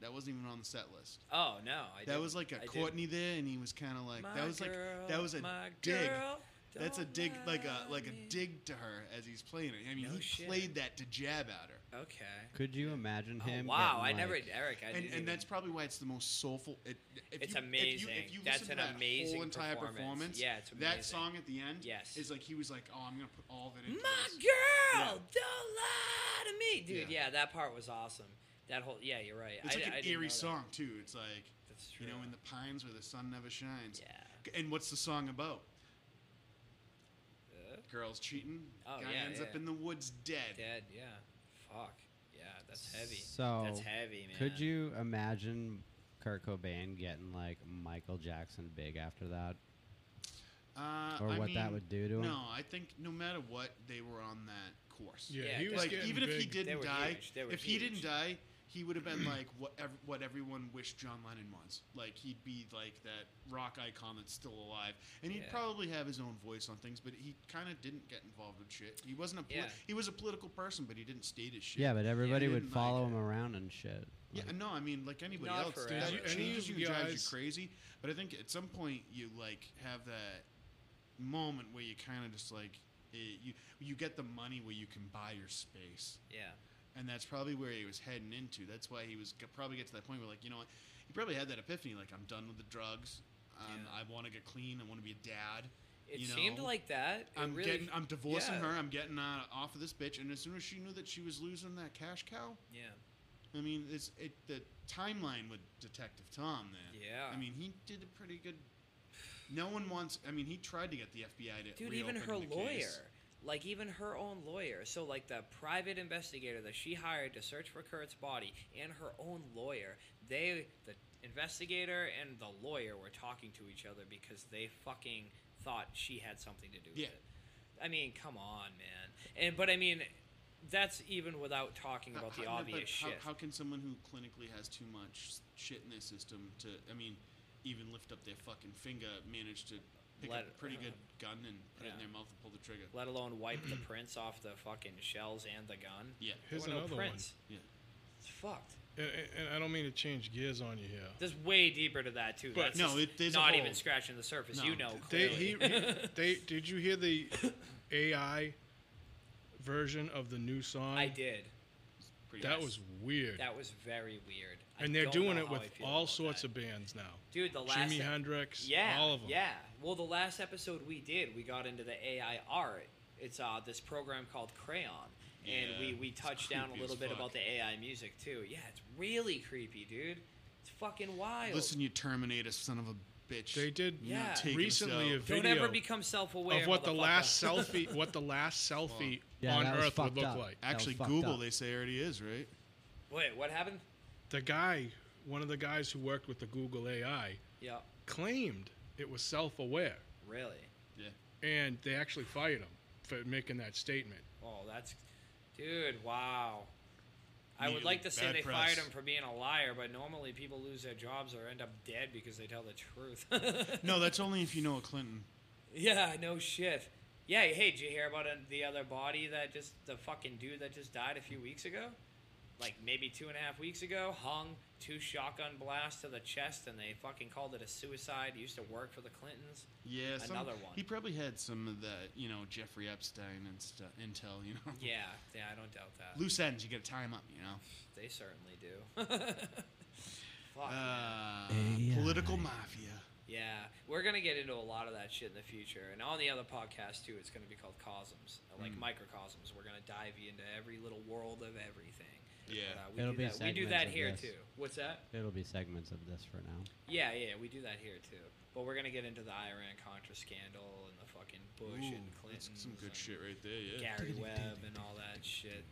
That wasn't even on the set list. Oh no, I that didn't. was like a I didn't. Courtney there, and he was kind of like My that was girl, like that was a my dig. girl, That's a don't dig, like a mind like a me. dig to her as he's playing it. I mean, No he shit. played that to jab at her, Okay. Could you imagine Oh, him? wow, I getting, never like- Eric. I and didn't and even- that's probably why it's the most soulful. It, if It's you- If you, amazing. if you That's listen an to that amazing whole entire performance. performance. Yeah, it's amazing. That song at the end, Yes. is like he was like, "Oh, I'm gonna put all of it My into this." girl, Yeah. don't lie to me, dude. Yeah. Yeah. that part was awesome. That whole yeah, you're right. It's I, like I an didn't know eerie that. song too. It's like That's true. you know, in the pines where the sun never shines. yeah. And what's the song about? Uh, Girls cheating. Oh, guy yeah, ends yeah. up in the woods dead. dead. Yeah. Fuck. Yeah, that's heavy. that's So, heavy, man. Could you imagine Kurt Cobain getting like Michael Jackson big after that, Uh, or I what that mean, would do to him? No, I think no matter what, they were on that course. Yeah, Yeah, he was definitely. Like even if he did. They didn't were die, huge. They were if he didn't huge. die, he would have Mm. been like what ev- what everyone wished John Lennon was. Like he'd be like that rock icon that's still alive, and he'd Yeah. probably have his own voice on things. But he kind of didn't get involved with shit. He wasn't a poli- Yeah. he was a political person, but he didn't state his shit. Yeah, but everybody would didn't like follow it. him around and shit. Yeah, Like, no, I mean, like anybody Not else, forever. that Did you- any changes of you, you drives guys- you crazy. But I think at some point you like have that moment where you kind of just like eh, you you get the money where you can buy your space, Yeah. and that's probably where he was heading into. That's why he was g- probably get to that point where like you know what, he probably had that epiphany like I'm done with the drugs. Um, Yeah. I want to get clean. I want to be a dad. It you seemed know, like that. It I'm really, getting. I'm divorcing yeah. her. I'm getting uh, off of this bitch. And as soon as she knew that she was losing that cash cow, Yeah. I mean, it's it the timeline with Detective Tom there. Yeah. I mean, he did a pretty good. No one wants. I mean, he tried to get the FBI to. Dude, even her reopen the lawyer, case. like even her own lawyer. So like the private investigator that she hired to search for Kurt's body and her own lawyer, they the investigator and the lawyer were talking to each other because they fucking thought she had something to do with Yeah. it. I mean, come on, man. And but I mean that's even without talking about How- the how- but obvious how, shit. How can someone who clinically has too much shit in their system to? I mean, even lift up their fucking finger, manage to pick Let- up a pretty good gun and put it Yeah. in their mouth and pull the trigger. let alone wipe the prints off the fucking shells and the gun. Yeah. There Here's were no another one. prints. Yeah. It's fucked. And, and I don't mean to change gears on you here. There's way deeper to that too. But- That's No, just it- there's a not whole- even scratching the surface. No. you know, They, clearly. he, he- they, did you hear the AI version of the new song? I did. Pretty That nice. was weird. That was very weird. I and they're don't doing know it how with I feel all about sorts that. of bands now. dude. The last Jimi ep- Hendrix, yeah, all of them. yeah. Well, the last episode we did, we got into the AI art. It's uh this program called Crayon, and Yeah, we we it's touched down a creepy little as bit fuck. about the AI music too. Yeah, it's really creepy, dude. It's fucking wild. Listen, you Terminator, son of a bitch. They did You're not Yeah. taking us recently out. a don't video ever become self-aware of what the motherfucker. last selfie, what the last selfie Yeah, on that was Earth would fucked look up. like. was Actually, fucked Google, up. they say already is right. Wait, what happened? The guy, one of the guys who worked with the Google AI, Yeah, claimed it was self-aware, really. Yeah. and they actually fired him for making that statement. Oh, that's, dude, wow. I would Immediately like to say bad they press. fired him for being a liar, but normally people lose their jobs or end up dead because they tell the truth. No, that's only if you know a Clinton. Yeah, no shit. Yeah, hey, did you hear about uh, the other body that just the fucking dude that just died a few weeks ago? Like maybe two and a half weeks ago, hung two shotgun blasts to the chest, and they fucking called it a suicide. Used to work for the Clintons. Yeah, some, Another one. He probably had some of the, you know, Jeffrey Epstein and stuff intel. You know, Yeah, yeah, I don't doubt that. loose ends. You got to tie him up. You know, They certainly do. Fuck. man. uh, political mafia. yeah, we're gonna get into a lot of that shit in the future, and on the other podcast too. It's gonna be called Cosms, uh, Mm. like microcosms. We're gonna dive into every little world of everything. Yeah. But, uh, we It'll do be that. We do segments that of here this. too. What's that? It'll be segments of this for now. Yeah, yeah, we do that here too. But we're gonna get into the Iran Contra scandal and the fucking Bush and Ooh, Clinton. that's some good shit right there. Yeah. Gary Webb and all that shit.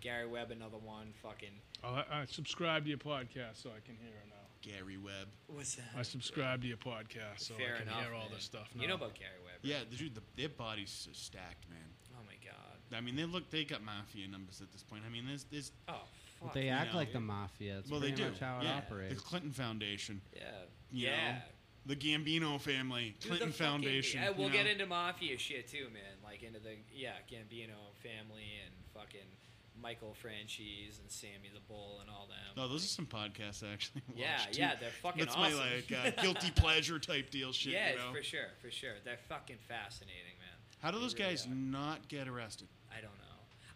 Gary Webb, another one. Fucking Oh, I, I subscribe to your podcast so I can hear it now. Gary Webb. what's that? I subscribe to your podcast so Fair I can enough. hear all man. this stuff. Now. You know about Gary Webb? Yeah, right? the, dude, the, their bodies are stacked, man. Oh my god. I mean, they look. They got mafia numbers at this point. I mean, there's, there's. Oh fuck. they act know. like the mafia. It's well, they pretty do. much how it yeah. operates. The Clinton Foundation. yeah. You yeah. Know, the Gambino family, Dude, the fucking- Clinton Foundation. yeah, Uh, we'll you get know. into mafia shit too, man. Like into the yeah Gambino family and fucking Michael Franchise and Sammy the Bull and all them. Oh, those are some podcasts I actually. watch, yeah, too. yeah, they're fucking That's awesome. my like uh, guilty pleasure type deal shit. yeah, you know? for sure, for sure. They're fucking fascinating, man. How do They those really guys are. not get arrested? I don't know.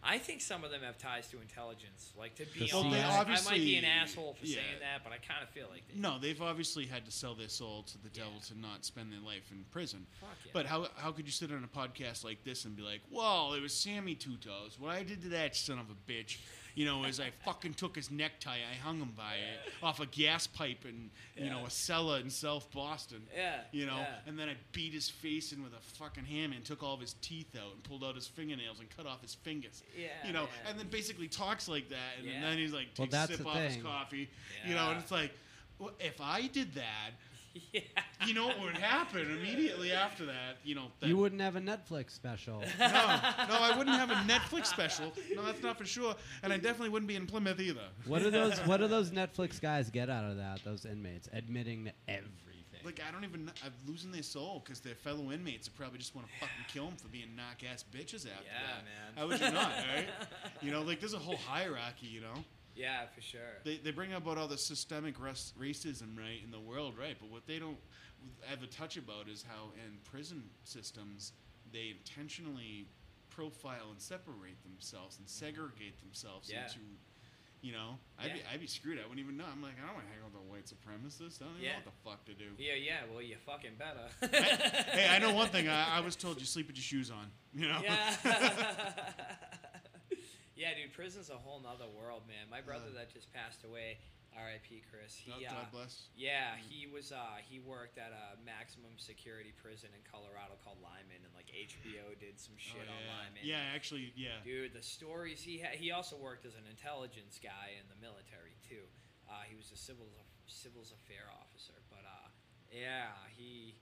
I think some of them have ties to intelligence. Like to be Well, they honest, I might be obviously- an asshole for yeah. saying that, but I kind of feel like they. No, they've obviously had to sell their soul to the devil Yeah. to not spend their life in prison. Fuck yeah. But how how could you sit on a podcast like this and be like, "Well, it was Sammy Two Toes. What I did to that son of a bitch, you know, is I fucking took his necktie, I hung him by it off a gas pipe in you know Yeah. a cellar in South Boston. Yeah, you know, yeah. and then I beat his face in with a fucking hammer and took all of his teeth out and pulled out his fingernails and cut off his fingers. Yeah, you know, man. and then basically talks like that, and Yeah. then he's like, Well, takes that's a sip the off his thing. coffee, you know, and Yeah. it's like, well, if I did that, yeah. you know what would happen immediately after that, you know. That, You wouldn't have a Netflix special. no, no, I wouldn't have a Netflix special. No, that's not for sure. And I definitely wouldn't be in Plymouth either. what do those What do those Netflix guys get out of that? Those inmates admitting to everything. Like I don't even. I'm losing their soul because their fellow inmates would probably just want to fucking kill them for being knock ass bitches after Yeah, that. man. How would you not, right? You know, like there's a whole hierarchy. You know, Yeah, for sure. they they bring about all the systemic ras- racism right in the world, right? But what they don't ever touch about is how in prison systems they intentionally profile and separate themselves and segregate themselves Mm-hmm. Yeah. into. You know, I'd, be, Yeah. I'd be screwed. I wouldn't even know. I'm like, I don't want to hang out with a white supremacist. I don't even Yeah. know what the fuck to do. yeah, yeah. Well, you fucking better. hey, I know one thing. I, I was told you sleep with your shoes on. You know. Yeah. yeah, dude, prison's a whole nother world, man. My brother Uh. that just passed away, R.I.P. Chris. He, God, uh, God bless. yeah, Mm-hmm. he was. Uh, he worked at a maximum security prison in Colorado called Lyman, and like HBO did some shit Oh, on Lyman. yeah. yeah, actually, yeah. Dude, the stories he had. He also worked as an intelligence guy in the military too. Uh, he was a civil civils affair officer, but uh, yeah, he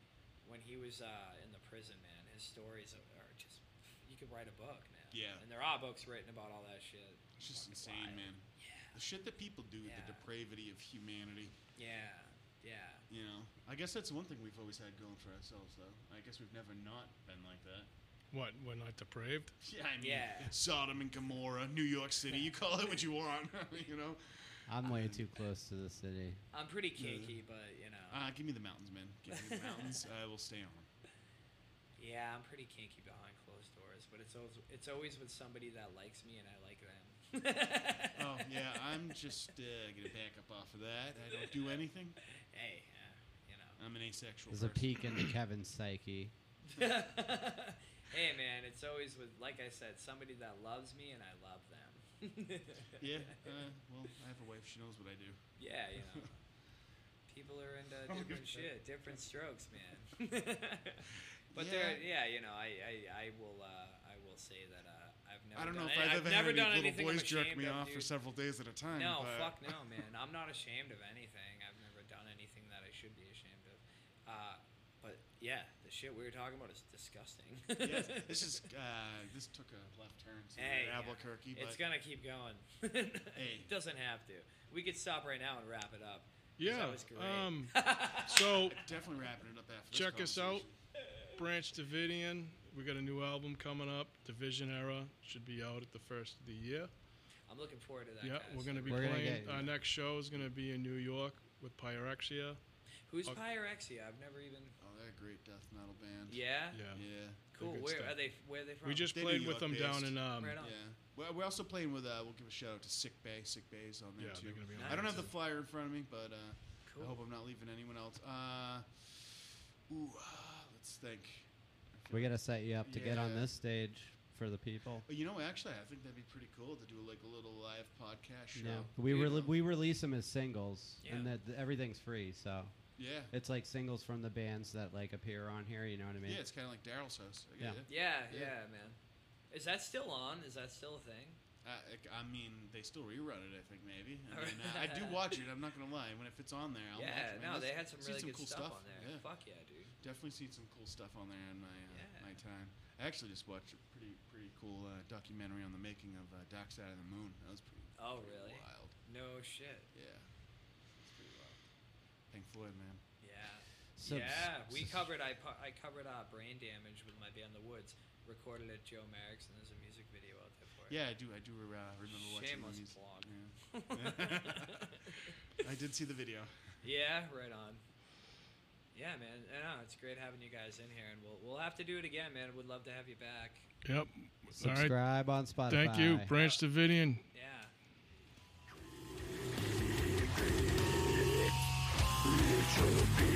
when he was uh, in the prison, man, his stories are, are just you could write a book, man. Yeah. and there are books written about all that shit. It's just Fucking insane, wild. man. The shit that people do, Yeah. the depravity of humanity. Yeah, yeah, yeah. You know, I guess that's one thing we've always had going for ourselves, though. I guess we've never not been like that. What? We're not depraved? Yeah, I mean, Yeah. Sodom and Gomorrah, New York City. You call it what you want. you know, I'm way too close to the city. I'm pretty kinky, but you know, uh, give me the mountains, man. Give me the mountains. I will stay on. 'em. yeah, I'm pretty kinky behind closed doors, but it's always it's always with somebody that likes me and I like them. Oh yeah, I'm just uh, gonna back up off of that. I don't do anything. hey, uh, you know. I'm an asexual. There's a person. peek into Kevin's psyche. hey man, it's always with like I said, somebody that loves me and I love them. Yeah. Uh, well, I have a wife. She knows what I do. yeah, you know. People are into Oh, different good. shit, different strokes, man. but there, yeah, you know, I, I, I will, uh, I will say that uh, I've never. I don't know done if any- I've, I've, ever never had done any anything little boys I'm jerk ashamed me of, off for dude. several days at a time. No, but- fuck no, man. I'm not ashamed of anything. I've never done anything that I should be ashamed of. Uh, but yeah, the shit we were talking about is disgusting. Yes, this is uh, this took a left turn to Hey, yeah. Albuquerque, but It's gonna keep going. It doesn't have to. We could stop right now and wrap it up. 'Cause Yeah. That was great. Um, so, definitely wrapping it up after. this check us out. conversation. Branch Davidian. We got a new album coming up, Division Era. Should be out at the first of the year. I'm looking forward to that. yeah, guys. we're going to be We're gonna playing. get- Our next show is going to be in New York with Pyrexia. Who's Okay. Pyrexia? I've never even. Oh, they're a great death metal band. Yeah. Yeah. yeah, Cool. good Where stuff. are they? Where are they from? We just They're played New with them York down based. in. Um, Right on. yeah. Well, we're also playing with. Uh, we'll give a shout out to Sick Bay. Sick Bay's on Yeah, there too. they're gonna be on I don't there have the too. flyer in front of me, but uh, Cool. I hope I'm not leaving anyone else. Uh, ooh, uh, let's think. I feel We gotta set you up to get on Yeah. this stage for the people. Well, Oh, you know, actually, I think that'd be pretty cool to do like a little live podcast show. Yeah, we Dude. re- we release them as singles, and Yeah. that everything's free. So Yeah, it's like singles from the bands that like appear on here. You know what I mean? yeah, it's kind of like Daryl's house. I Yeah. get it. Yeah, Yeah. yeah, man. Is that still on? Is that still a thing? Uh, I, I mean, they still rerun it. I think maybe. I, mean, uh, I do watch it. I'm not gonna lie. When if it's on there, I'll yeah. watch it. Man, no, I've they had some seen really some good cool stuff, stuff. on there. Yeah. Fuck yeah, dude. definitely seen some cool stuff on there in my uh, Yeah. my time. I actually just watched a pretty pretty cool uh, documentary on the making of uh, Dark Side of the Moon. That was pretty. Oh, pretty really? Wild. No shit. Yeah. It's pretty wild. Pink Floyd, man. Yeah. Subs- yeah, we covered. I pu- I covered uh, brain damage with my band The Woods. Recorded at Joe Merrick's, and there's a music video out there for it. Yeah, I do. I do uh, remember watching the Shameless music. plug. Yeah. I did see the video. Yeah, right on. Yeah, man. I know, it's great having you guys in here, and we'll we'll have to do it again, man. Would love to have you back. Yep. All right. Subscribe on Spotify. Thank you, Branch Davidian. Yeah. It'll be